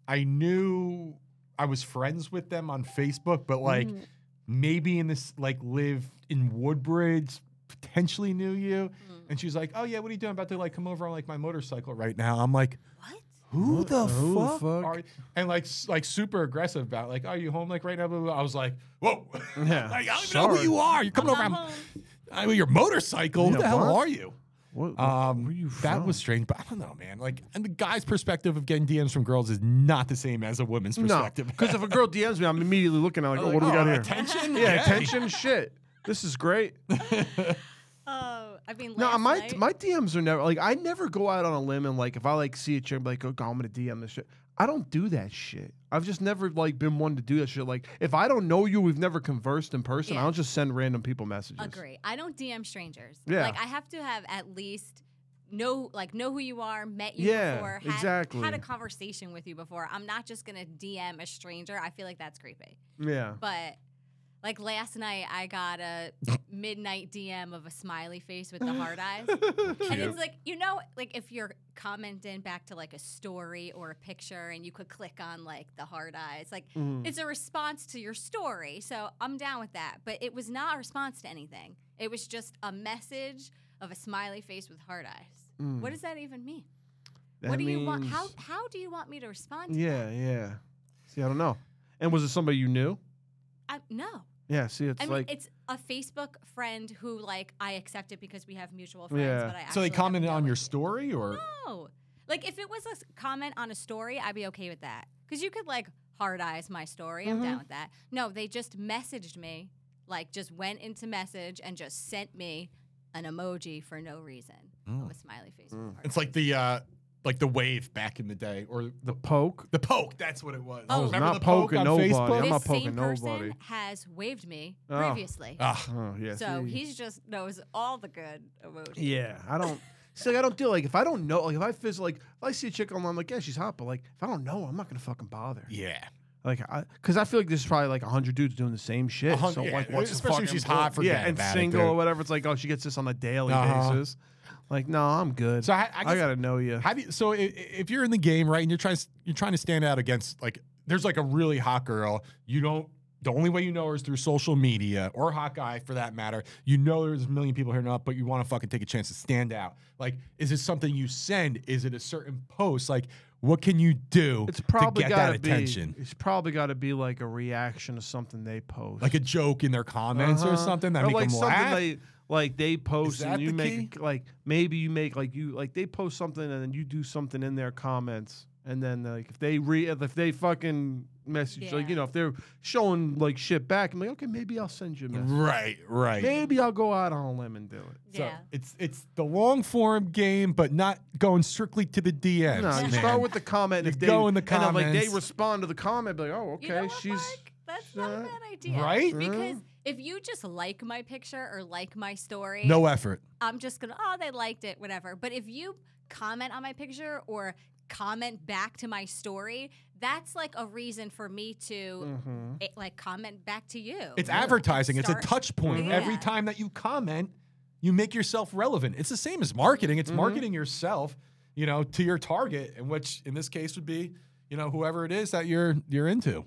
I knew I was friends with them on Facebook, but like Mm-hmm. maybe in this like live in Woodbridge, potentially Mm. knew you. And she's like, Oh yeah, what are you doing? About to like come over on like my motorcycle right now. I'm like, What? Who the who fuck? fuck? Are you? And like, s- like super aggressive about like, are you home? Like right now? Blah, blah, blah. I was like, whoa. Yeah, like, I don't even know who sorry. you are. You're coming I'm over. not I'm, home. I mean, your motorcycle. who Yeah, the hell what? are you? What, Um, where you that from? was strange, but I don't know, man. Like, and the guy's perspective of getting DMs from girls is not the same as a woman's no, perspective. because if a girl DMs me, I'm immediately looking at like, oh, Like, what do we oh, got here? Attention, Yeah, attention, shit. This is great. Oh, I mean, No, last my night, my DMs are never like I never go out on a limb and like if I like see a chick I'm like oh God, I'm gonna DM this shit. I don't do that shit. I've just never like been one to do that shit. Like if I don't know you, we've never conversed in person. Yeah. I'll just send random people messages. agree. uh, I don't DM strangers. Yeah. Like I have to have at least know like know who you are, met you Yeah, before, had, exactly. had a conversation with you before. I'm not just gonna DM a stranger. I feel like that's creepy. Yeah. But like last night, I got a midnight DM of a smiley face with the hard eyes. And it's like, you know, like if you're commenting back to like a story or a picture and you could click on like the hard eyes, like Mm. it's a response to your story. So I'm down with that. But it was not a response to anything, it was just a message of a smiley face with hard eyes. What does that even mean? Mm. Hmm. That what do you want? means- How, how do you want me to respond to Yeah, yeah. See, I don't know. And was it somebody you knew? I, no. Yeah. See, it's I mean, like it's a Facebook friend who like I accepted because we have mutual friends. Yeah. But I So actually they have commented no on your idea. story, or No, like if it was a s- comment on a story, I'd be okay with that because you could like hard eyes my story. I'm Mm-hmm. down with that. No, they just messaged me, like just went into message and just sent me an emoji for no reason of a smiley face. Hmm. with a heart. it's like the uh, like the wave back in the day, or the poke. the poke. That's what it was. I was Remember not the poke poking on nobody. Facebook? I'm this not poking same person nobody. has waved me Oh. previously, Ah, Oh yeah. so see. he's just knows all the good emojis. Yeah, I don't. See, like, I don't do like if I don't know, like if I phys, like if I see a chick online, I'm like yeah, she's hot, but like if I don't know, her, I'm not gonna fucking bother. yeah. Like, I, cause I feel like there's probably like hundred dudes doing the same shit. hun- So yeah, like, what's the especially if fucking she's hot, point? yeah, forget and about it, single dude. or whatever. It's like, oh, she gets this on a daily Uh-huh. basis. Like, no, I'm good. So I- I guess- gotta know you. How do you, so i- i- if you're in the game, right, and you're trying you're trying to stand out against like there's like a really hot girl, you don't the only way you know her is through social media or hot guy for that matter. You know there's a million people hitting up, but you want to fucking take a chance to stand out. Like, is it something you send? Is it a certain post? Like, what can you do it's probably to get gotta that attention? be. It's probably gotta be like a reaction to something they post, Like a joke in their comments or Uh-huh. something that or make like them something laugh. they like they post that and you the make key? like maybe you make like you like they post something and then you do something in their comments and then like if they re if they fucking message like you Yeah. know if they're showing like shit back I'm like okay maybe I'll send you a message right, right. maybe I'll go out on a limb and do it So Yeah. it's it's the long form game, but not going strictly to the DMs. no you man. start with the comment and You if they go in the and then, like they comments. respond to the comment be like oh okay You know what, she's Mark? That's not a uh, bad idea. right? Because if you just like my picture or like my story, no effort. I'm just going to, oh, they liked it, whatever. But if you comment on my picture or comment back to my story, that's like a reason for me to Mm-hmm. Mm. eh, like comment back to you. It's advertising. It's a Start- Mm-hmm. touch point. Every Yeah. time that you comment, you make yourself relevant. It's the same as marketing. Mm-hmm. It's marketing yourself, you know, to your target, and which in this case would be, you know, whoever it is that you're you're into.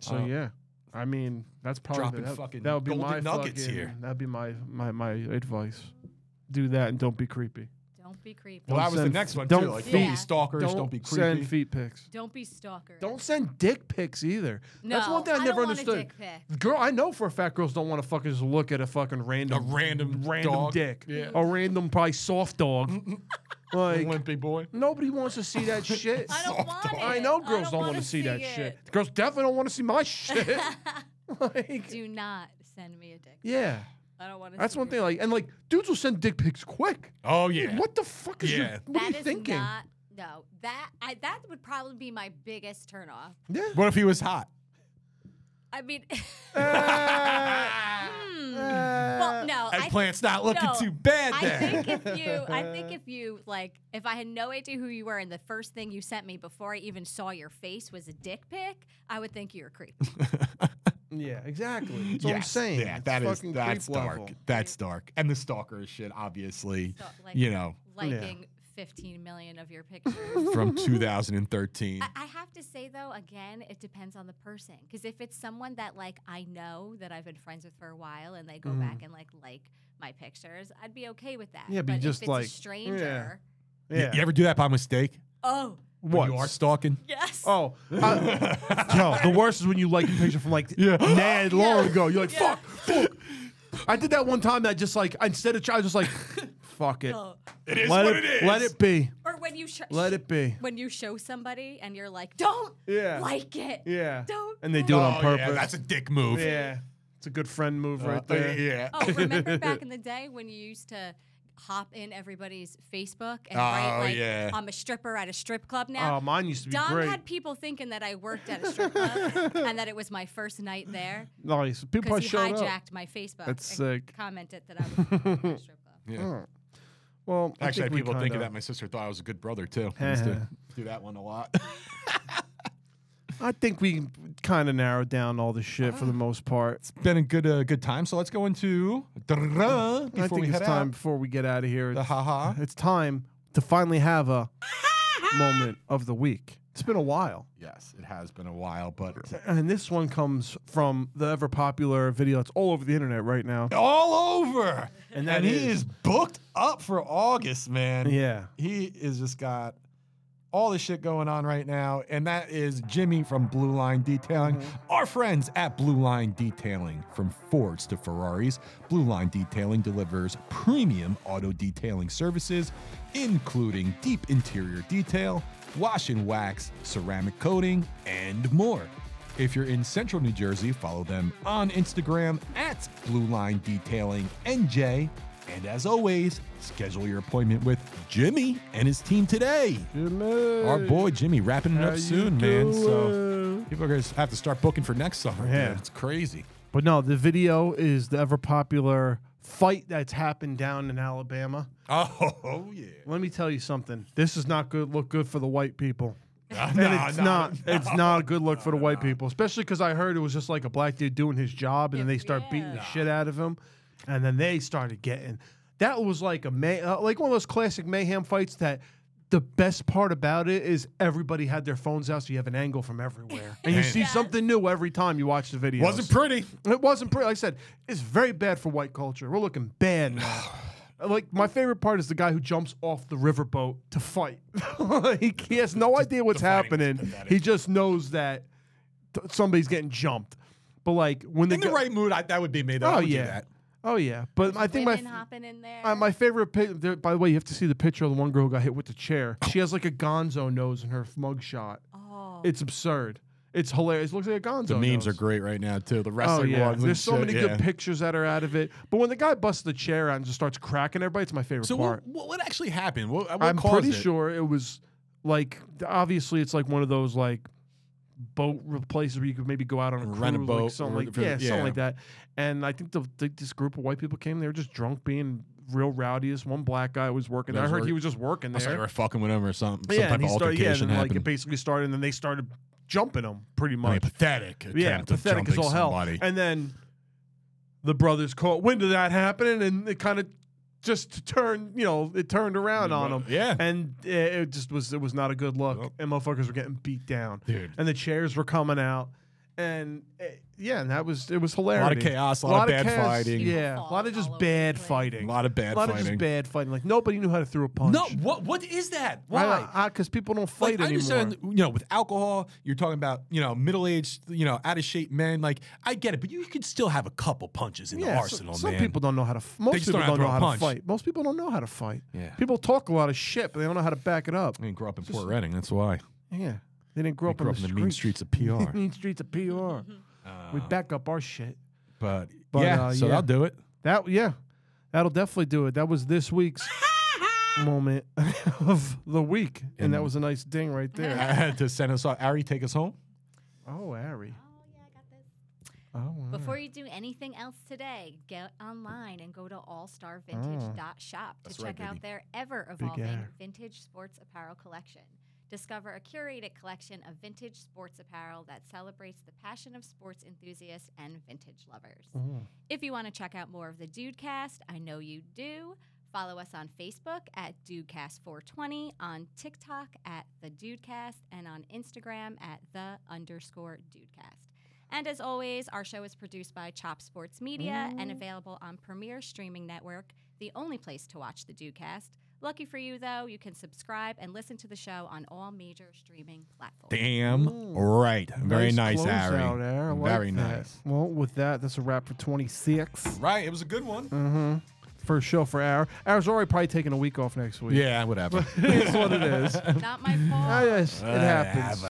so Uh, yeah I mean that's probably dropping that, fucking that would be golden my nuggets fucking- here. that'd be my my my advice do that and don't be creepy. Don't be creepy. Well, Don't that was the send- next one don't too. Like, don't feed- be stalkers. Don't, be creepy. send feet pics. Don't be stalker. Don't send dick pics either. That's No, one thing I, I never don't want a understood. dick pic. Girl, I know for a fact girls don't want to fucking just look at a fucking a random random random dog. dick, Yeah. a random probably soft dog. like Wimpy boy. nobody wants to see that shit. I don't want it. I know girls don't, wanna want to see that it. shit. Girls definitely don't want to see my shit. like, Do not send me a dick. pic. yeah, I don't want to. that's one thing. Like, and like dudes will send dick pics quick. Oh Dude, yeah. What the fuck is Yeah. your, what That are you is thinking? Not, no, that I, that would probably be my biggest turnoff. yeah. What if he was hot? I mean, Uh, hmm. uh, well, no, I think, Eggplant's not looking no, too bad I there. think if you, I think if you like, if I had no idea who you were, and the first thing you sent me before I even saw your face was a dick pic, I would think you were creepy. Yeah, exactly. That's what I'm Yes, saying. Yeah, It's that is fucking that's creep dark. level. That's dark. And the stalker shit, obviously, So, like, you know, liking 15 million of your pictures. from 2013. I- I have to say though, again, it depends on the person. Because if it's someone that like I know that I've been friends with for a while, and they go back and like like my pictures, I'd be okay with that. Mm-hmm. Yeah, but you but just, if it's like- a yeah. stranger. You- Yeah. You, ever do that by mistake? Oh What? You are stalking. Yes. Oh, I- yo, the worst is when you like a picture from like mad long ago. You're like, Yeah. fuck, fuck. I did that one time that just like instead of try, I was just like, fuck it, Oh. It is let what it, it is. let it be, Or when you sh- let it be. when you show somebody and you're like, don't Yeah. like it. Yeah, Don't. and they do it on Oh, yeah, purpose. that's a dick move. Yeah. it's a good friend move Uh, right there. yeah. Oh, remember back in the day when you used to hop in everybody's Facebook and write Oh, like, yeah. I'm a stripper at a strip club now. Oh, mine used to be Dom great. had people thinking that I worked at a strip club and that it was my first night there nice. People because probably he showed hijacked up. my Facebook. That's and sick. Commented that I was working at a strip club. Well, I Actually, I think had we people thinking kinda- that my sister thought I was a good brother too. I used to do that one a lot. I think we kind of narrowed down all the shit Ah. for the most part. Been a good uh, good time. So let's go into before Mm. I think we it's head time out. before we get out of here. The It's, haha. it's time to finally have a moment of the week. It's been a while. Yes, it has been a while, but And this one comes from the ever popular video that's all over the internet right now. all over. And And, that he is- is booked up for August, man. Yeah. He is just got all this shit going on right now. And that is Jimmy from Blue Line Detailing. Our friends at Blue Line Detailing, from Fords to Ferraris, Blue Line Detailing delivers premium auto detailing services, including deep interior detail, wash and wax, ceramic coating, and more. If you're in central New Jersey, follow them on Instagram at Blue Line Detailing NJ. And as always, schedule your appointment with Jimmy and his team today. Our boy Jimmy wrapping it up soon, man. So people are going to have to start booking for next summer. Yeah. Yeah. It's crazy. But no, the video is the ever popular fight that's happened down in Alabama. Oh, yeah. Let me tell you something. This is not good look good for the white people. And And it's not it's not a good look for the white people, especially because I heard it was just like a black dude doing his job, and then they start beating the shit out of him, and then they started getting. That was like a may uh, like one of those classic mayhem fights that. The best part about it is everybody had their phones out, so you have an angle from everywhere, and you see something new every time you watch the video. Wasn't pretty. It wasn't pretty. Like I said, it's very bad for white culture. We're looking bad now. like my favorite part is the guy who jumps off the riverboat to fight. like he has no idea what's fighting was happening. pathetic. He just knows that th- somebody's getting jumped. But like when they In the right mood, I, that would be me. Though. I oh would do yeah, that. oh yeah. But I think my Women hopping in there. uh, my favorite pic. There, by the way, you have to see the picture of the one girl who got hit with the chair. She has like a Gonzo nose in her mugshot. oh. It's absurd. It's hilarious. It looks like a Gonzo. The memes nose. are great right now, too. The Oh wrestling yeah, ones. and there's so shit, many yeah. good pictures that are out of it. But when the guy busts the chair out and just starts cracking everybody, it's my favorite So, part. what, what, what actually happened? What, what I'm pretty caused it? sure it was like obviously it's like one of those like boat re- places where you could maybe go out on a Rent a cruise, like boat something or like for- yeah, yeah. something like that. And I think the, the, this group of white people came. They were just drunk, being real rowdy. This one black guy was working. That there. I was heard he work- was just working I was like, there. we're fucking with him or something. Some yeah, type and he of started. Yeah, and altercation then, like it happened. basically started, and then they started jumping him pretty I mean, much. pathetic. Yeah, attempt of pathetic as jumping all hell. somebody. And then the brothers caught wind of that happening, and it kind of just turned, you know, it turned around on them. Yeah. And it- it just was, it was not a good look. Nope. And motherfuckers were getting beat down, Dude. and the chairs were coming out. And eh, yeah, and that was it was A hilarious. lot of chaos, a lot, of bad chaos, fighting. Yeah, a lot of just bad A fighting. lot of a bad lot of fighting. just bad fighting. Like nobody knew how to throw a punch. No, what what is that? Why? why? Because people don't fight Like, I anymore. understand, you know, with alcohol, you're talking about, you know, middle aged, you know, out of shape men. Like, I get it, but you could still have a couple punches in the so- arsenal, some man. people don't know how to. f- Most just people don't know don't know how to how to throw a punch. fight. Most people don't know how to fight. Yeah. People talk a lot of shit, but they don't know how to back it up. I didn't grow up in Port Reading, that's why. Yeah, they didn't grow I up, grew on up in the mean streets of Uh. PR. mean streets of PR. we back up our shit. But, But, yeah, uh, so yeah. I'll do it. That yeah, that'll definitely do it. That was this week's moment of the week, and, that And- was a nice ding right I there. had to send uh, us off. Ari, take us home. oh, Ari. Oh, yeah, I got this. Oh, all right. Mm. Before you do anything else today, get online and go to allstarvintage.shop to Mm. That's right, check out baby. their ever evolving air. vintage sports apparel collection. Discover a curated collection of vintage sports apparel that celebrates the passion of sports enthusiasts and vintage lovers. If you want to check out more of the Dudecast, I know you do. Follow us on Facebook at Dudecast420, on TikTok at The Dudecast, and on Instagram at The underscore Dudecast. And as always, our show is produced by Chop Sports Media and available on Premier Streaming Network, the only place to watch the Dudecast. Lucky for you, though, you can subscribe and listen to the show on all major streaming platforms. Damn right. Very nice, close Harry. out there. I like Very that. nice. Well, with that, that's a wrap for 26. Right. It was a good one. First show for Arrow. Arrow's already probably taking a week off next week. Yeah, whatever. It's what it is. Not my fault. Ah, yes, it happens.